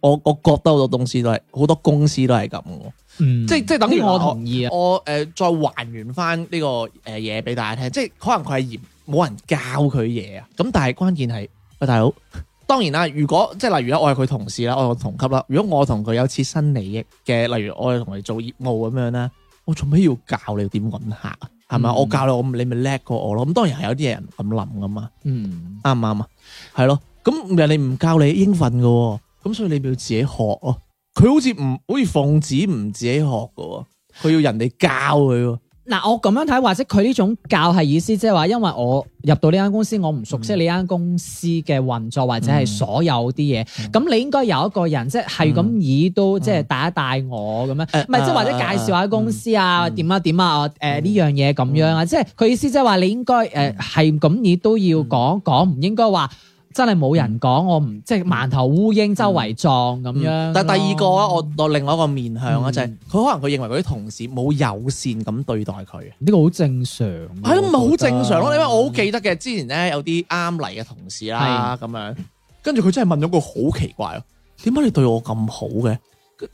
[SPEAKER 1] 我我覺得好多公司都係好多公司都係咁嘅，
[SPEAKER 2] 嗯
[SPEAKER 1] 即係即係等於
[SPEAKER 2] 呢個我同意啊。
[SPEAKER 1] 我誒、呃再還原翻呢、個誒嘢俾大家聽，即係可能佢係嫌冇人教佢嘢啊。咁但係關鍵係，喂大佬， 當然啦，如果即係例如啦，我係佢同事啦，我係佢同級啦。如果我同佢有切身利益嘅，例如我係同佢做業務咁樣啦，我做咩要教你點揾客啊？係咪？
[SPEAKER 2] 嗯
[SPEAKER 1] 我教你，我你咪叻過我咯。咁當然係有啲人咁諗噶嘛，
[SPEAKER 2] 嗯，
[SPEAKER 1] 啱唔啱啊？係咯，咁人哋唔教你應份嘅喎，咁所以你咪要自己學咯。佢好似唔好似奉旨唔自己學嘅喎，佢要人哋教佢喎。
[SPEAKER 2] 嗱，我咁樣睇，或者佢呢種教係意思，即係話，因為我入到呢間公司，我唔熟悉呢間公司嘅運作或者
[SPEAKER 1] 嗯
[SPEAKER 2] 係所有啲嘢，咁、你應該有一個人即係係咁以都即係帶一帶我咁樣，
[SPEAKER 1] 嗯誒嗯
[SPEAKER 2] 唔係即係或者介紹下公司啊，點啊點啊，誒呢樣嘢咁樣啊，即係佢意思即係話你應該誒
[SPEAKER 1] 嗯
[SPEAKER 2] 係咁以都要講講，唔應該話真係冇人講，我唔即係盲頭烏蠅周圍撞咁樣
[SPEAKER 1] 嗯。但係第二個啊，
[SPEAKER 2] 咯
[SPEAKER 1] 我我另外一個面向啊，
[SPEAKER 2] 嗯
[SPEAKER 1] 就係佢可能佢認為佢啲同事冇友善咁對待佢，啊係
[SPEAKER 2] 呢個好正常啊，
[SPEAKER 1] 咁咪好正常咯。因
[SPEAKER 2] 我
[SPEAKER 1] 為
[SPEAKER 2] 覺得
[SPEAKER 1] 我好記得嘅，之前咧有啲啱嚟嘅同事啦，咁樣跟住佢真係問咗個好奇怪啊，點解你對我咁好嘅？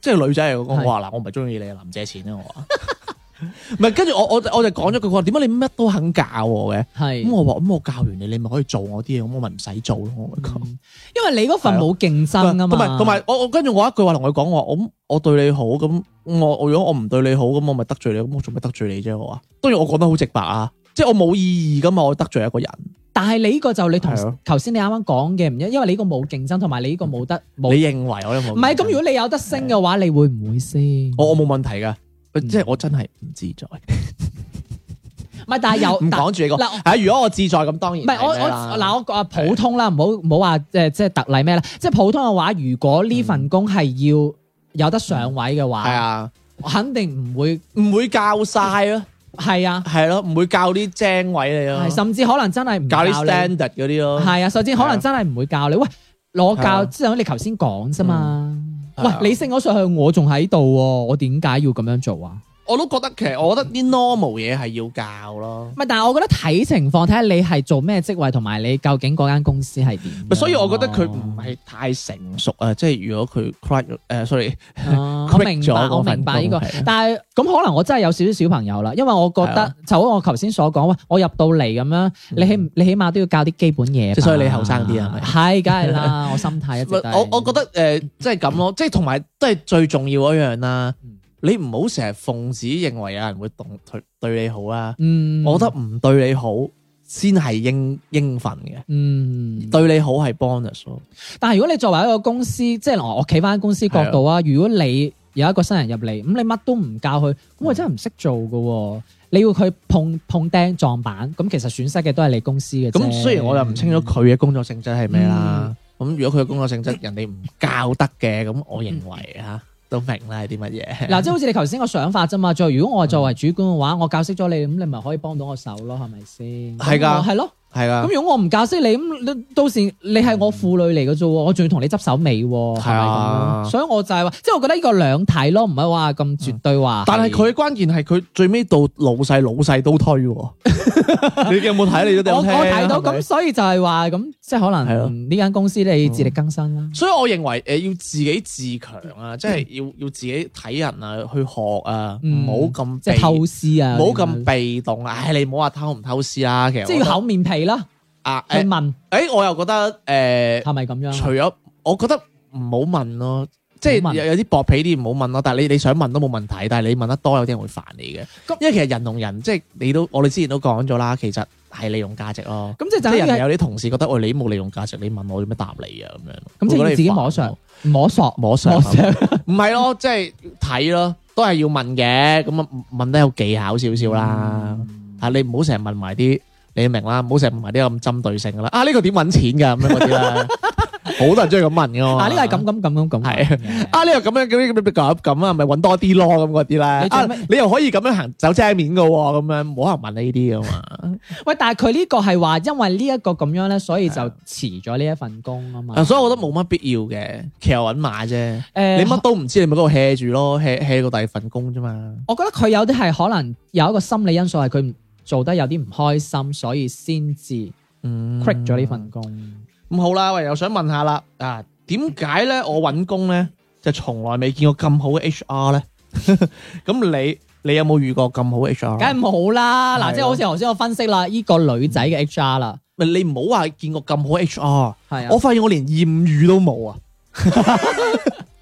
[SPEAKER 1] 即係女仔嚟講，我
[SPEAKER 2] 係
[SPEAKER 1] 話嗱，我唔係中意你，林借錢啊，我話。 唔係，跟住我我我就講咗句，我話點解你乜都肯教我嘅？
[SPEAKER 2] 係
[SPEAKER 1] 咁我話咁我教完你，你咪可以做我啲嘢，咁我咪唔使做咯。我咪講
[SPEAKER 2] 嗯因為你嗰份冇競爭啊嘛，
[SPEAKER 1] 同埋同埋，我我跟住我一句話同佢講，我話我我對你好，咁我我如果我唔對你好，咁我咪得罪你，咁我做咩得罪你啫？我話，當然我講得好直白啊，即係我冇意義噶嘛，我得罪一個人，
[SPEAKER 2] 但係你呢個就你同
[SPEAKER 1] 係啊
[SPEAKER 2] 頭先你啱啱講嘅唔一，因為你呢個冇競爭，同埋你呢個冇得
[SPEAKER 1] 你
[SPEAKER 2] 冇，
[SPEAKER 1] 認為我有冇？
[SPEAKER 2] 唔係咁。如果你有得升嘅話，你會唔會先？
[SPEAKER 1] 我我冇問題噶，
[SPEAKER 2] 嗯
[SPEAKER 1] 即係我真係唔自在，唔
[SPEAKER 2] 唔係，但係有但
[SPEAKER 1] 講住呢個。
[SPEAKER 2] 嗱
[SPEAKER 1] 係如果我自在咁，當然
[SPEAKER 2] 唔係我
[SPEAKER 1] 咩啦
[SPEAKER 2] 我嗱我講啊普通啦，唔好唔好話誒即係特例咩啦，即係普通嘅話，如果呢份工係要有得上位嘅
[SPEAKER 1] 係
[SPEAKER 2] 話，
[SPEAKER 1] 啊，
[SPEAKER 2] 我肯定唔會
[SPEAKER 1] 唔會教晒咯，
[SPEAKER 2] 係啊，
[SPEAKER 1] 係咯，唔會教啲精位你咯
[SPEAKER 2] 係，甚至可能真係唔
[SPEAKER 1] 教啲
[SPEAKER 2] 你
[SPEAKER 1] standard 嗰啲咯。
[SPEAKER 2] 係啊，甚至可
[SPEAKER 1] 係啊
[SPEAKER 2] 能真係唔會教你。喂，我
[SPEAKER 1] 係啊
[SPEAKER 2] 教即係你頭先講啫嘛。
[SPEAKER 1] 係啊
[SPEAKER 2] 喂，你升咗上去，我仲喺度喎，我點解要咁樣做啊？
[SPEAKER 1] 我都覺得其實我覺得啲 normal 嘢係要教咯。
[SPEAKER 2] 唔係，但係我覺得睇情況，睇下你係做咩職位，同埋你究竟嗰間公司係點樣。
[SPEAKER 1] 所以我覺得佢唔係太成熟啊，即係如果佢 crack 誒、sorry，
[SPEAKER 2] 哦，我
[SPEAKER 1] quit
[SPEAKER 2] 明
[SPEAKER 1] 咗
[SPEAKER 2] 白，
[SPEAKER 1] 嗰
[SPEAKER 2] 我
[SPEAKER 1] 份
[SPEAKER 2] 明白呢個
[SPEAKER 1] 工係啊。
[SPEAKER 2] 但係咁可能我真係有少少小朋友啦，因為我覺
[SPEAKER 1] 係啊嗯
[SPEAKER 2] 得就好似我頭先所講，喂，我入到嚟咁樣，你起你起碼都要教啲基本嘢吧。
[SPEAKER 1] 即係所以你後生啲啊係咪
[SPEAKER 2] 係，梗係啦，我心態一直都 係
[SPEAKER 1] 我我覺得誒、呃即係咁咯，即係同埋都係最重要嗰樣啦
[SPEAKER 2] 嗯。
[SPEAKER 1] 你唔好成日奉旨認為有人會動對對你好啊，
[SPEAKER 2] 嗯，
[SPEAKER 1] 我覺得唔對你好先係應應份嘅，
[SPEAKER 2] 嗯。
[SPEAKER 1] 對你好係 bonus 咯。
[SPEAKER 2] 但係如果你作為一個公司，即係我我企翻公司角度啊，如果你有一個新人入嚟，咁你乜都唔教佢，咁我真係唔識做嘅喎。你要佢碰碰釘撞板，咁其實損失嘅都係你公司嘅啫。
[SPEAKER 1] 咁雖然我又唔清楚佢嘅工作性質係咩
[SPEAKER 2] 嗯
[SPEAKER 1] 啦，咁、如果佢嘅工作性質人哋唔教得嘅，咁我認為嚇、都明啦係啲乜嘢。
[SPEAKER 2] 嗱，即係好似你頭先個想法啫嘛。再如果我作為主管嘅
[SPEAKER 1] 嗯
[SPEAKER 2] 話，我教識咗你，咁你咪可以幫到我手咯，係咪先？
[SPEAKER 1] 係㗎啊
[SPEAKER 2] 咁我係咯。
[SPEAKER 1] 係啦。
[SPEAKER 2] 咁如果我唔教識你，咁你到時你係我婦女嚟嘅啫喎，我仲要同你執手尾喎，係咪
[SPEAKER 1] 係
[SPEAKER 2] 咁
[SPEAKER 1] 啊
[SPEAKER 2] 樣？所以我就係話，即係我覺得呢個兩體咯，唔係話咁絕對話。
[SPEAKER 1] 嗯但係佢關鍵係佢最尾到老細，老細都推喎。你有冇睇？你都有
[SPEAKER 2] 我我
[SPEAKER 1] 聽
[SPEAKER 2] 睇到，
[SPEAKER 1] 係咪
[SPEAKER 2] 咁所以就係話咁，即係可
[SPEAKER 1] 係咯嗯
[SPEAKER 2] 能嗯呢間公司你自力更生啦。
[SPEAKER 1] 所以我認為誒、要自己自強啊，即係要要自己睇人啊，去學啊，唔
[SPEAKER 2] 嗯
[SPEAKER 1] 好咁
[SPEAKER 2] 即
[SPEAKER 1] 被
[SPEAKER 2] 係偷師啊，
[SPEAKER 1] 唔好咁被動啊！唉，你唔好話偷唔偷師啦，其實
[SPEAKER 2] 即係要厚面皮啦，
[SPEAKER 1] 啊
[SPEAKER 2] 去
[SPEAKER 1] 誒
[SPEAKER 2] 問
[SPEAKER 1] 誒，我又覺得誒、
[SPEAKER 2] 係咪咁樣？
[SPEAKER 1] 除咗我覺得唔好問咯。即
[SPEAKER 2] 啊唔好
[SPEAKER 1] 係
[SPEAKER 2] 問
[SPEAKER 1] 有有啲薄皮啲唔好問咯，但係你你想問都冇問題，但係你問得多有啲人會煩你嘅，因為其實人同人即係你都我哋之前都講咗啦，其實係利用價值咯。
[SPEAKER 2] 咁即係
[SPEAKER 1] 即
[SPEAKER 2] 就
[SPEAKER 1] 係人哋
[SPEAKER 2] 係要
[SPEAKER 1] 有啲同事覺得，喂，你冇利用價值，你問我做咩答你啊？咁樣，
[SPEAKER 2] 咁即
[SPEAKER 1] 我覺得
[SPEAKER 2] 係要
[SPEAKER 1] 你
[SPEAKER 2] 自己
[SPEAKER 1] 煩啊
[SPEAKER 2] 摸上摸索
[SPEAKER 1] 摸啊上
[SPEAKER 2] 摸上，
[SPEAKER 1] 唔係咯，即係睇咯，都係要問嘅。咁啊，問得有技巧少少啦。
[SPEAKER 2] 嗯
[SPEAKER 1] 啊，你唔好成日問 埋啲，你明啦，唔好成日問埋啲咁針對性噶啦。啊，呢個點揾錢㗎咁樣嗰啲啦。好多人中意咁問噶嘛。
[SPEAKER 2] 啊呢個係咁咁咁咁咁，
[SPEAKER 1] 係啊，呢個咁樣咁樣咁咁啊，咪揾多啲咯咁嗰啲咧。
[SPEAKER 2] 你做
[SPEAKER 1] 啊
[SPEAKER 2] 乜，
[SPEAKER 1] 你又可以咁樣行走遮面噶喎，咁啊樣冇可能問呢啲噶嘛。
[SPEAKER 2] 喂，但係佢呢個係話因為呢一個咁樣咧，所以就辭咗呢一份工啊嘛。
[SPEAKER 1] 啊啊所以我覺得冇乜必要嘅，騎牛揾馬啫。
[SPEAKER 2] 誒
[SPEAKER 1] 你乜都唔知，你咪嗰度 hea 住咯，hea hea 個第二份工啫嘛。
[SPEAKER 2] 我覺得佢有啲係可能有一個心理因素係佢唔做得有啲唔開心，所以先至
[SPEAKER 1] 嗯
[SPEAKER 2] quit 咗呢份工。
[SPEAKER 1] 咁好啦，喂，又想問下啦，啊，點解咧我揾工咧就從來未見過咁好嘅 HR 咧？ 咁你你有冇遇過咁好嘅 HR？
[SPEAKER 2] 梗係冇啦，
[SPEAKER 1] 係啊
[SPEAKER 2] 嗱，即係好似頭先我分析啦，呢個女仔
[SPEAKER 1] 嗯
[SPEAKER 2] 嘅 HR 啦，
[SPEAKER 1] 咪你唔好話見過咁好 HR，
[SPEAKER 2] 係啊
[SPEAKER 1] 我發現我連豔遇都冇 啊！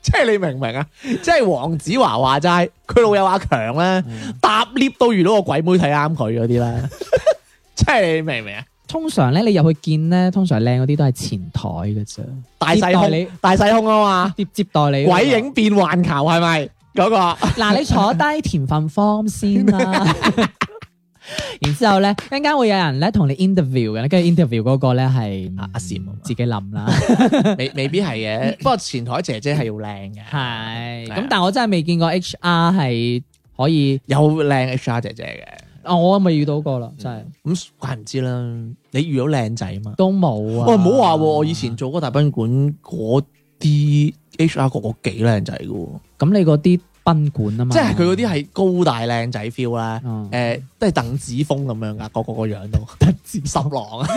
[SPEAKER 1] 即係你明唔明啊？即係黃子華話齋，佢老友阿強咧搭 lift 都遇到個鬼妹睇啱佢嗰啲 咧，即係你明唔明啊？
[SPEAKER 2] 通常咧你入去見咧，通常靚嗰啲都係前台嘅啫，
[SPEAKER 1] 大細
[SPEAKER 2] 接待你
[SPEAKER 1] 胸，大細胸啊嘛，
[SPEAKER 2] 接接待你嗰個
[SPEAKER 1] 鬼影變環球係咪嗰個？
[SPEAKER 2] 嗱，你坐低填份 form 先 啦。然之後咧，一陣間會有人咧同你 interview 嘅，跟住 interview 嗰個咧係嗯
[SPEAKER 1] 阿阿嬋啊嘛
[SPEAKER 2] 自己諗啦，
[SPEAKER 1] 未未必係 嘅，不過前台姐姐係要靚嘅，
[SPEAKER 2] 係。
[SPEAKER 1] 係啊
[SPEAKER 2] 咁但我真係未見過 HR 係可以，
[SPEAKER 1] 有靚 HR 姐姐
[SPEAKER 2] 啊我未遇到過
[SPEAKER 1] 嗯
[SPEAKER 2] 啦，真係
[SPEAKER 1] 嘅，咁怪唔知啦。你遇到靚仔嘛？
[SPEAKER 2] 都冇啊。
[SPEAKER 1] 哦喂，唔好話喎，我以前做嗰個大賓館嗰啲 HR 個個幾靚仔嘅喎，
[SPEAKER 2] 咁你嗰啲賓館啊嘛，
[SPEAKER 1] 即係佢嗰啲係高大靚仔 feel 啦，
[SPEAKER 2] 嗯
[SPEAKER 1] 誒都係鄧子峰咁樣噶，個個個樣都十郎啊，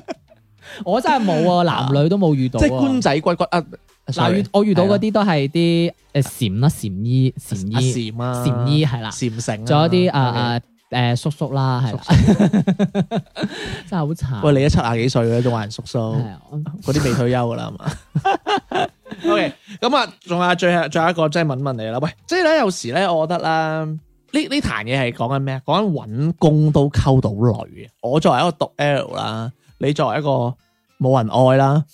[SPEAKER 2] 我真係 冇啊，男女都冇遇到啊。
[SPEAKER 1] 即係官仔骨骨啊，
[SPEAKER 2] 嗱，遇我遇到嗰啲都係啲誒禪啦、禪醫、
[SPEAKER 1] 阿
[SPEAKER 2] 禪醫、
[SPEAKER 1] 禪啊啊，
[SPEAKER 2] 禪醫係啦。
[SPEAKER 1] 禪城啊，
[SPEAKER 2] 仲有啲啊
[SPEAKER 1] OK
[SPEAKER 2] 啊誒叔叔啦，係啦， 真係好慘。
[SPEAKER 1] 喂，你都七廿幾歲啦，仲話人叔 叔。
[SPEAKER 2] 係啊，
[SPEAKER 1] 嗰啲未退休噶啦係嘛。OK，咁啊，仲有最後最後一個，即係問問你啦。喂，即係咧，有時咧，我覺得啦，呢呢壇嘢係講緊咩？啊講緊揾工都溝到女嘅。我作為一個讀 L 啦，你作為一個冇人愛啦，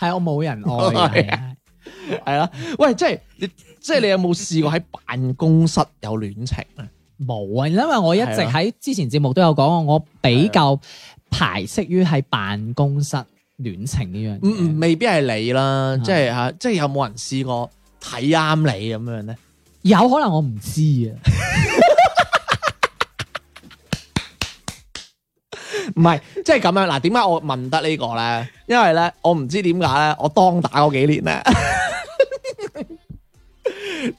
[SPEAKER 2] 係我冇人 愛
[SPEAKER 1] 係啊
[SPEAKER 2] 嘅。
[SPEAKER 1] 係啦。喂，即係你，即係你有冇試過喺辦公室有戀情啊？
[SPEAKER 2] 冇啊，因為我一直
[SPEAKER 1] 係啊
[SPEAKER 2] 喺之前節目都有講過，我比較排斥於喺辦公室戀情呢樣
[SPEAKER 1] 唔唔，
[SPEAKER 2] 嘢。
[SPEAKER 1] 未必係你啦，
[SPEAKER 2] 係
[SPEAKER 1] 即係吓，即係有冇人試過睇啱你咁樣咧？
[SPEAKER 2] 有可能我唔知啊，
[SPEAKER 1] 唔係，即係咁樣嗱。點解我問得呢個咧？因為咧，我唔知點解咧，我當打嗰幾年咧，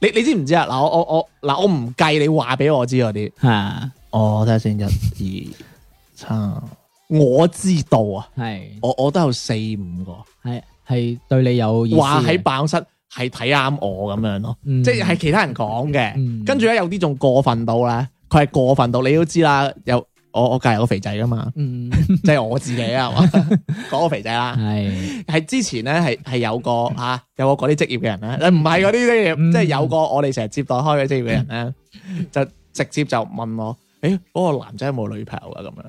[SPEAKER 1] 你你知唔知啊？嗱，我我我嗱，我唔計你話俾我知嗰啲。
[SPEAKER 2] 嚇
[SPEAKER 1] 我哦睇下先，一、二、三，我知道啊，
[SPEAKER 2] 係
[SPEAKER 1] 我我都有四五個
[SPEAKER 2] 係係對你有意思嘅。啊
[SPEAKER 1] 話喺辦公室係睇啱我咁樣咯，
[SPEAKER 2] 嗯
[SPEAKER 1] 即係係其他人講嘅。
[SPEAKER 2] 嗯
[SPEAKER 1] 跟住咧，有啲仲過分到咧，佢係過分到你都知啦。有我我隔離有個肥仔噶嘛。
[SPEAKER 2] 嗯
[SPEAKER 1] 即係我自己啊，係 嘛嗰個肥仔 啦，
[SPEAKER 2] 係
[SPEAKER 1] 係之前咧係係有個吓、啊有個嗰啲職業嘅人咧，唔係嗰啲職業，
[SPEAKER 2] 嗯
[SPEAKER 1] 即係有個我哋成日接待開嘅職業嘅人咧，就直接就問我。誒嗰、個男仔有冇女朋友啊？咁樣，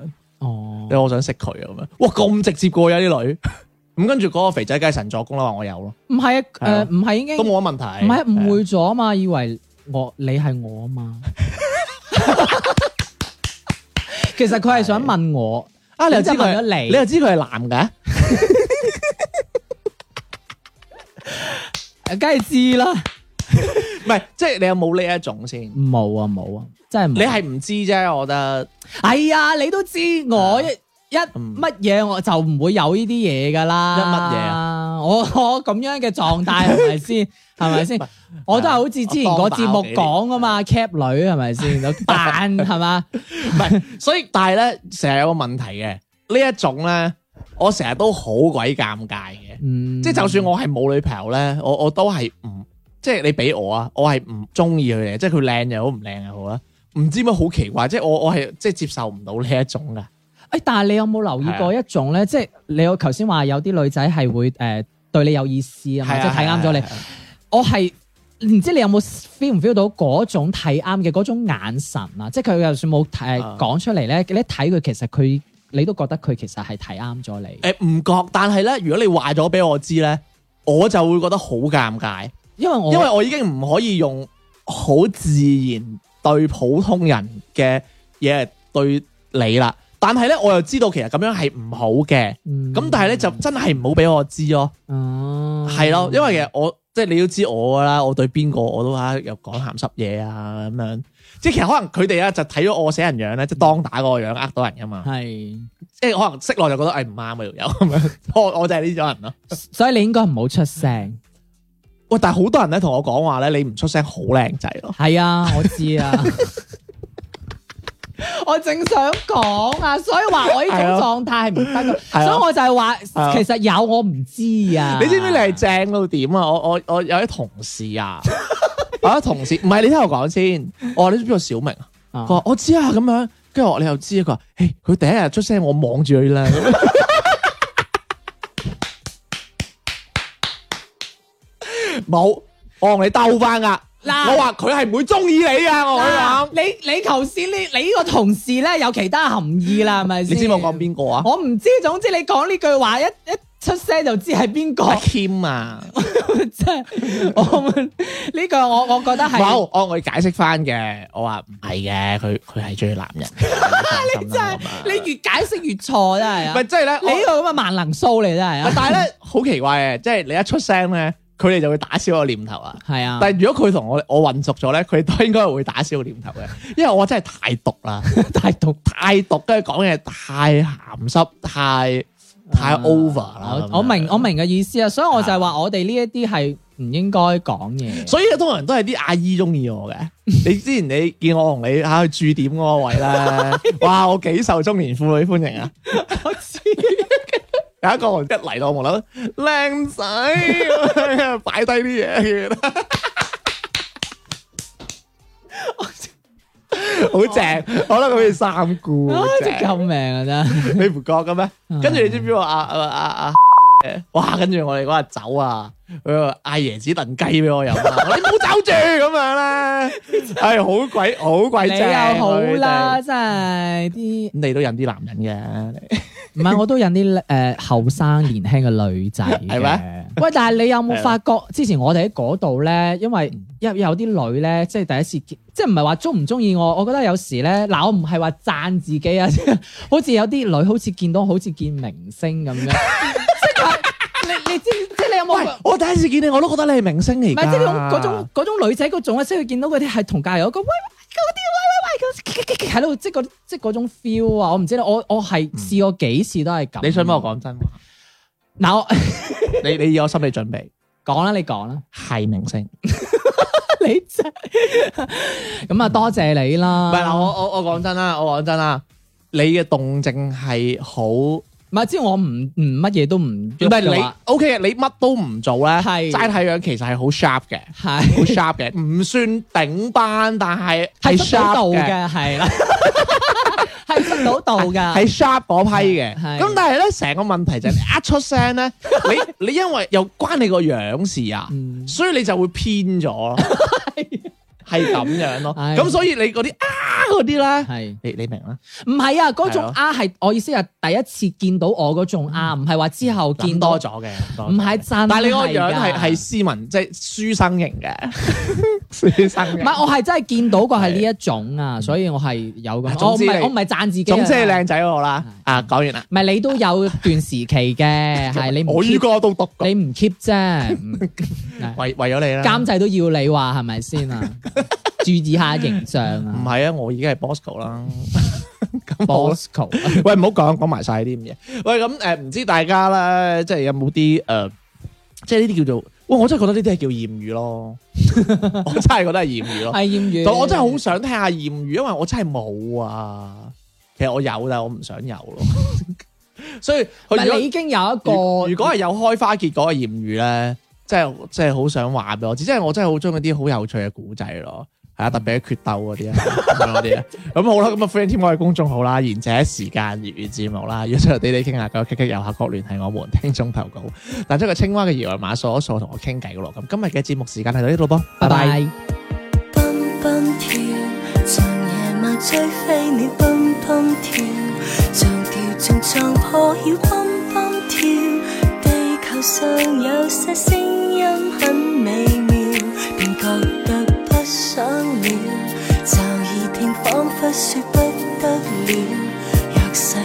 [SPEAKER 1] 因
[SPEAKER 2] 哦
[SPEAKER 1] 為我想識佢啊咁樣。哇，咁直接過有啲女。咁跟住嗰個肥仔梗係神助攻啦，話我有咯，
[SPEAKER 2] 唔係啊，誒唔係已經
[SPEAKER 1] 都冇乜問題。
[SPEAKER 2] 唔係誤會咗啊嘛，以為我你係我啊 嘛。其實佢係想問我，
[SPEAKER 1] 啊！你又知
[SPEAKER 2] 咁就
[SPEAKER 1] 佢
[SPEAKER 2] 問咗
[SPEAKER 1] 係
[SPEAKER 2] 你
[SPEAKER 1] 你又知佢係男嘅？
[SPEAKER 2] 誒梗係知啦。
[SPEAKER 1] 唔係，即係你有冇呢一種先？你
[SPEAKER 2] 冇啊冇啊，真係冇。
[SPEAKER 1] 係唔知啫，我覺得。
[SPEAKER 2] 哎呀，你都知我一一
[SPEAKER 1] 嗯
[SPEAKER 2] 乜嘢我就唔會有呢啲嘢噶啦。
[SPEAKER 1] 一乜嘢
[SPEAKER 2] 啊？我 我咁樣嘅狀態係咪先？係咪先？我都係好似之前嗰節目講啊嘛，cap 女係咪先？有 扮係嘛？
[SPEAKER 1] 唔係，所以但係咧，成日有個問題嘅呢一種咧，我成日都好鬼尷尬嘅，
[SPEAKER 2] 嗯，
[SPEAKER 1] 即係就算我係冇女朋友咧，我我都係唔即係你俾我啊，我係唔中意佢嘅，即係佢靚又好，唔靚又好啦，唔知乜好奇怪，即係我我係即係接受唔到呢一種噶，
[SPEAKER 2] 誒，但係你有冇留意
[SPEAKER 1] 啊
[SPEAKER 2] 過一種咧？即係你有頭先話有啲女仔係會誒、呃、對你有意思啊嘛，
[SPEAKER 1] 係啊
[SPEAKER 2] 即係睇啱咗
[SPEAKER 1] 係啊係
[SPEAKER 2] 你
[SPEAKER 1] 啊。
[SPEAKER 2] 我係唔知你有冇 feel 唔 feel 到嗰種睇啱嘅嗰種眼神啊？即係佢就算冇誒
[SPEAKER 1] 啊
[SPEAKER 2] 講出嚟咧，你一睇佢其實佢你都覺得佢其實係睇啱咗你，
[SPEAKER 1] 誒唔覺，但係咧，如果你話咗俾我知咧，我就會覺得好尷尬，
[SPEAKER 2] 因為我
[SPEAKER 1] 因為我已經唔可以用好自然對普通人嘅嘢嚟對你啦，但係咧，我又知道其實咁樣係唔好嘅。
[SPEAKER 2] 嗯
[SPEAKER 1] 咁但係咧就真係唔好俾我知咯，
[SPEAKER 2] 哦，
[SPEAKER 1] 係咯，因為其實我即係你都知我噶啦，我對邊個我都嚇又講鹹濕嘢啊咁樣，即係其實可能佢哋啊就睇咗我死人樣咧，即係當打嗰個樣呃到人噶嘛，
[SPEAKER 2] 係，
[SPEAKER 1] 即係可能識落就覺得誒哎唔啱嗰條友咁樣， 我我就係呢種人咯。
[SPEAKER 2] 所以你應該唔好出聲。
[SPEAKER 1] 喂，但係好多人咧同我講話咧，你唔出聲好靚仔咯，
[SPEAKER 2] 係啊，我知啊。 我正想講啊，所以話我呢種狀態係唔得嘅，
[SPEAKER 1] 係啊
[SPEAKER 2] 所以我就係話
[SPEAKER 1] 啊
[SPEAKER 2] 其實有我唔知啊。
[SPEAKER 1] 你知唔知你係正到點啊？我我我有啲同事 啊，我有啲同事唔係你聽我講先，我話你知唔知個小明啊？
[SPEAKER 2] 啊
[SPEAKER 1] 佢話我知啊咁樣，跟住我話你又知啊？佢話誒佢第一日出聲，我望住 佢啦。咁樣冇，我同你鬥翻噶。
[SPEAKER 2] 嗱
[SPEAKER 1] 我話佢係唔會中意你噶，我
[SPEAKER 2] 嗱
[SPEAKER 1] 諗。
[SPEAKER 2] 啊你你頭先呢你呢個同事咧有其他含義啦，係咪
[SPEAKER 1] 你
[SPEAKER 2] 先？
[SPEAKER 1] 知唔知我講？邊個啊？
[SPEAKER 2] 我唔知，總之你講呢句話一一出聲就知係邊個
[SPEAKER 1] 阿，Kim 啊，
[SPEAKER 2] 真係我呢句我我覺得係。
[SPEAKER 1] 冇，我我解釋翻嘅，我話唔係嘅，佢佢係中意 男人嘅。你
[SPEAKER 2] 真係你越解釋越錯，真係啊！
[SPEAKER 1] 咪即係咧？
[SPEAKER 2] 你
[SPEAKER 1] 我
[SPEAKER 2] 呢個咁嘅萬能蘇嚟真係
[SPEAKER 1] 喂
[SPEAKER 2] 啊！
[SPEAKER 1] 但係咧好奇怪嘅，即係你一出聲咧，佢哋就會打消我念頭啊。
[SPEAKER 2] 係啊，
[SPEAKER 1] 但係如果佢同我我混熟咗咧，佢都應該會打消我念頭嘅，因為我真係太毒 啦，太毒太毒，跟住講嘢太鹹濕，太太 over 啦。啊咁樣
[SPEAKER 2] 啊我我明我。明嘅意思啊，所以我就係話我哋呢一啲係唔應該講嘢。
[SPEAKER 1] 所以咧，通常都係啲阿姨中意我嘅。你之前你見我同你嚇去駐點嗰個位 咧，哇！我幾受中年婦女歡迎啊！
[SPEAKER 2] 我知
[SPEAKER 1] 有一個一嚟到我望到靚仔， 擺低啲 嘢，好正，我覺得佢好似三姑，
[SPEAKER 2] 啊
[SPEAKER 1] 好，
[SPEAKER 2] 真救
[SPEAKER 1] 正
[SPEAKER 2] 命啊真係！
[SPEAKER 1] 你唔覺嘅咩？
[SPEAKER 2] 嗯
[SPEAKER 1] 跟住你知唔知我阿阿阿阿哇！跟住我哋嗰日走啊，佢話嗌椰子燉雞俾我飲啊， 我話你冇走住咁樣咧，係好鬼好鬼
[SPEAKER 2] 你
[SPEAKER 1] 正，
[SPEAKER 2] 又好啦，
[SPEAKER 1] 佢哋，
[SPEAKER 2] 真係
[SPEAKER 1] 咁
[SPEAKER 2] 啲
[SPEAKER 1] 你都引啲男人嘅。
[SPEAKER 2] 唔係我都引啲誒後生年輕嘅女仔 嘅
[SPEAKER 1] 係咩？
[SPEAKER 2] 喂，但係你有冇發覺之前我哋喺嗰度咧，因為有有啲女咧，即係第一次見，即係唔係話中唔中意我？我覺得有時咧，嗱，我唔係話讚自己啊，即 係好似有啲女好似見到好似見明星咁樣， 即係你你知唔知即係你有冇
[SPEAKER 1] 喂？，我第一次見你，我都覺得你係明星嚟㗎。
[SPEAKER 2] 唔係即係嗰種嗰種嗰種女仔嗰種啊，即係見到佢哋係同隔離有個喂嗰啲喂喂喂咁喺度，即係嗰即係嗰種 feel 啊！我唔知啦，我我係試過幾次都係咁。
[SPEAKER 1] 嗯你想唔想我講真話？
[SPEAKER 2] 嗱我？
[SPEAKER 1] 你你有心理準備，
[SPEAKER 2] 講啦，你講啦，
[SPEAKER 1] 係明星。
[SPEAKER 2] 你真咁啊，多謝你啦。
[SPEAKER 1] 嗯唔係嗱，我我我講真啦，我講真啦，你嘅動靜係好，唔
[SPEAKER 2] 唔係，即係我唔唔乜嘢都唔唔
[SPEAKER 1] 係你 OK 嘅，你乜都唔做咧，
[SPEAKER 2] 係
[SPEAKER 1] 齋睇樣其實係好 sharp 嘅，好
[SPEAKER 2] 係
[SPEAKER 1] sharp 嘅，唔算頂班，但係係
[SPEAKER 2] 係出到
[SPEAKER 1] sharp
[SPEAKER 2] 道
[SPEAKER 1] 嘅，
[SPEAKER 2] 嘅，係啦，係出到道㗎，
[SPEAKER 1] 係 sharp 嗰批嘅。
[SPEAKER 2] 係
[SPEAKER 1] 咁但係咧，成個問題就係你一出聲 咧，你你因為又關你個樣事啊。
[SPEAKER 2] 嗯
[SPEAKER 1] 所以你就會偏咗 咯，係咁樣咯。
[SPEAKER 2] 係
[SPEAKER 1] 咁所以你嗰啲啊嗰啲咧，
[SPEAKER 2] 係
[SPEAKER 1] 你你明啦，
[SPEAKER 2] 唔係啊？嗰種
[SPEAKER 1] 係咯
[SPEAKER 2] 啊係我意思係第一次見到我嗰種啊，唔係話之後見
[SPEAKER 1] 見
[SPEAKER 2] 到
[SPEAKER 1] 多，咗嘅，諗多咗
[SPEAKER 2] 唔係真係㗎，
[SPEAKER 1] 但係你嗰個樣係係斯文，即係書生 型嘅，書生
[SPEAKER 2] 唔
[SPEAKER 1] 型。
[SPEAKER 2] 係我係真係見到過係呢一種啊，所以我係有咁，我
[SPEAKER 1] 總
[SPEAKER 2] 唔
[SPEAKER 1] 之
[SPEAKER 2] 係
[SPEAKER 1] 你
[SPEAKER 2] 我唔係讚自己啊，
[SPEAKER 1] 總之你靚仔我啦。啊，講完啦。
[SPEAKER 2] 唔係你都有段時期嘅，係你 唔
[SPEAKER 1] 我
[SPEAKER 2] keep
[SPEAKER 1] 遇過都讀過，
[SPEAKER 2] 你唔 keep 啫， 唔
[SPEAKER 1] 為為咗你啦。
[SPEAKER 2] 監製都要你話係咪 先啊？注意下形象
[SPEAKER 1] 唔
[SPEAKER 2] 啊
[SPEAKER 1] 係啊，我已經係 Bosco 啦。咁好啦
[SPEAKER 2] ，Bosco
[SPEAKER 1] 喂，唔好講講埋晒呢啲咁嘢。喂，咁誒，唔知大家咧，即係有冇啲誒，即係呢啲叫做，哇！我真係覺得呢啲係叫豔遇 咯，我真係覺得係豔遇咯。
[SPEAKER 2] 啊係豔遇，
[SPEAKER 1] 但我真係好想聽下豔遇，因為我真係冇啊。其實我有，但係我唔想有 咯。所以佢
[SPEAKER 2] 唔
[SPEAKER 1] 如
[SPEAKER 2] 係你
[SPEAKER 1] 果
[SPEAKER 2] 已經有一個
[SPEAKER 1] 如如果係有開花結果嘅豔遇咧，即係即係好想話俾我知，即係我真係好中意啲好有趣嘅古仔咯。係啊，特別係決鬥嗰啲啊，咁樣嗰啲啊。 咁好啦，咁啊歡迎添我嘅公眾號啦，賢者時間粵語節目啦，約出嚟地地傾下偈，傾傾遊客各聯繫我們聽眾投稿，但出個青蛙嘅二維碼掃一掃，同我傾偈嘅咯。咁今日嘅節目時間係到呢度噃，拜
[SPEAKER 2] 拜
[SPEAKER 1] 拜。
[SPEAKER 2] 拜。
[SPEAKER 3] 蹦蹦跳，長夜麻醉飛鳥蹦蹦跳，像條蟲撞破曉蹦蹦跳。地球上有些聲音很美妙，便覺得不想了。驟耳聽仿佛說不得了，若世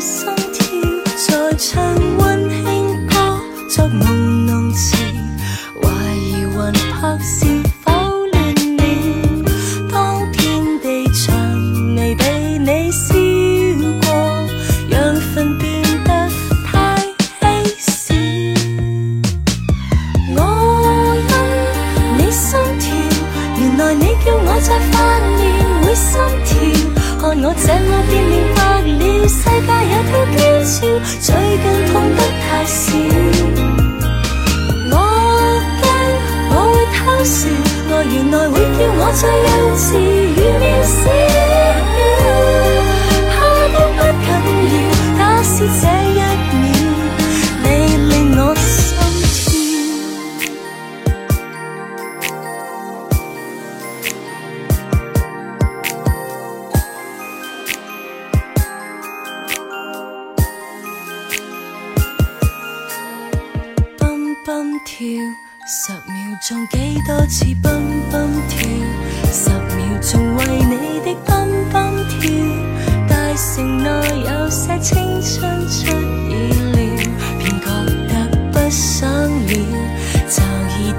[SPEAKER 3] 心跳，在唱温馨歌作朦胧情，懷疑魂魄是否亂了？當遍地牆未被你燒過，養分變得太稀少。我因你心跳，原來你叫我再發面會心跳。看我這麼變面白了，世界也飄飄悄，最近痛得太少。我驚我會偷笑，愛原來會叫我再幼稚與渺小。他都不緊要，假使這一秒，你令我心跳。蹦蹦跳，十秒鐘幾多次蹦蹦跳，十秒鐘為你的蹦蹦跳。大城內有些青春出意料，便覺得不想了。驟耳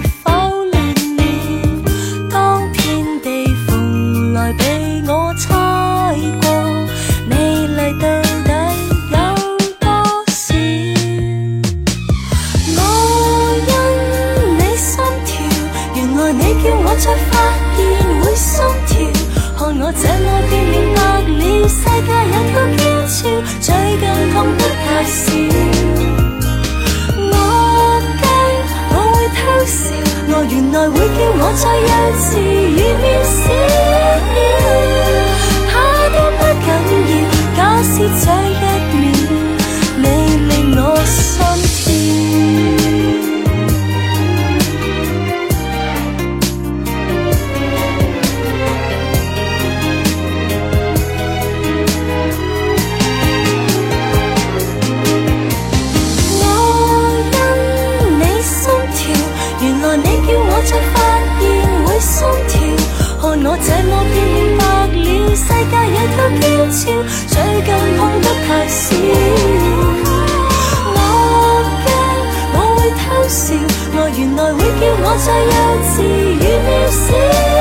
[SPEAKER 3] 否亂了？當遍地蓬萊被我猜過，美麗到底有多少？我因你心跳，原來你叫我再發現會心跳。看我這麼變臉白了，世界也飄飄悄，最近痛得太少。我驚我會偷笑，我原來會叫我再幼稚與渺小。他都不緊要，假使這一秒你令我心跳。我因你心跳，原來你叫我再發現會心跳。看我這麼變臉白了，世界也都飄悄，最近碰得太少。我驚我會偷笑，我原來會叫我再幼稚與渺小。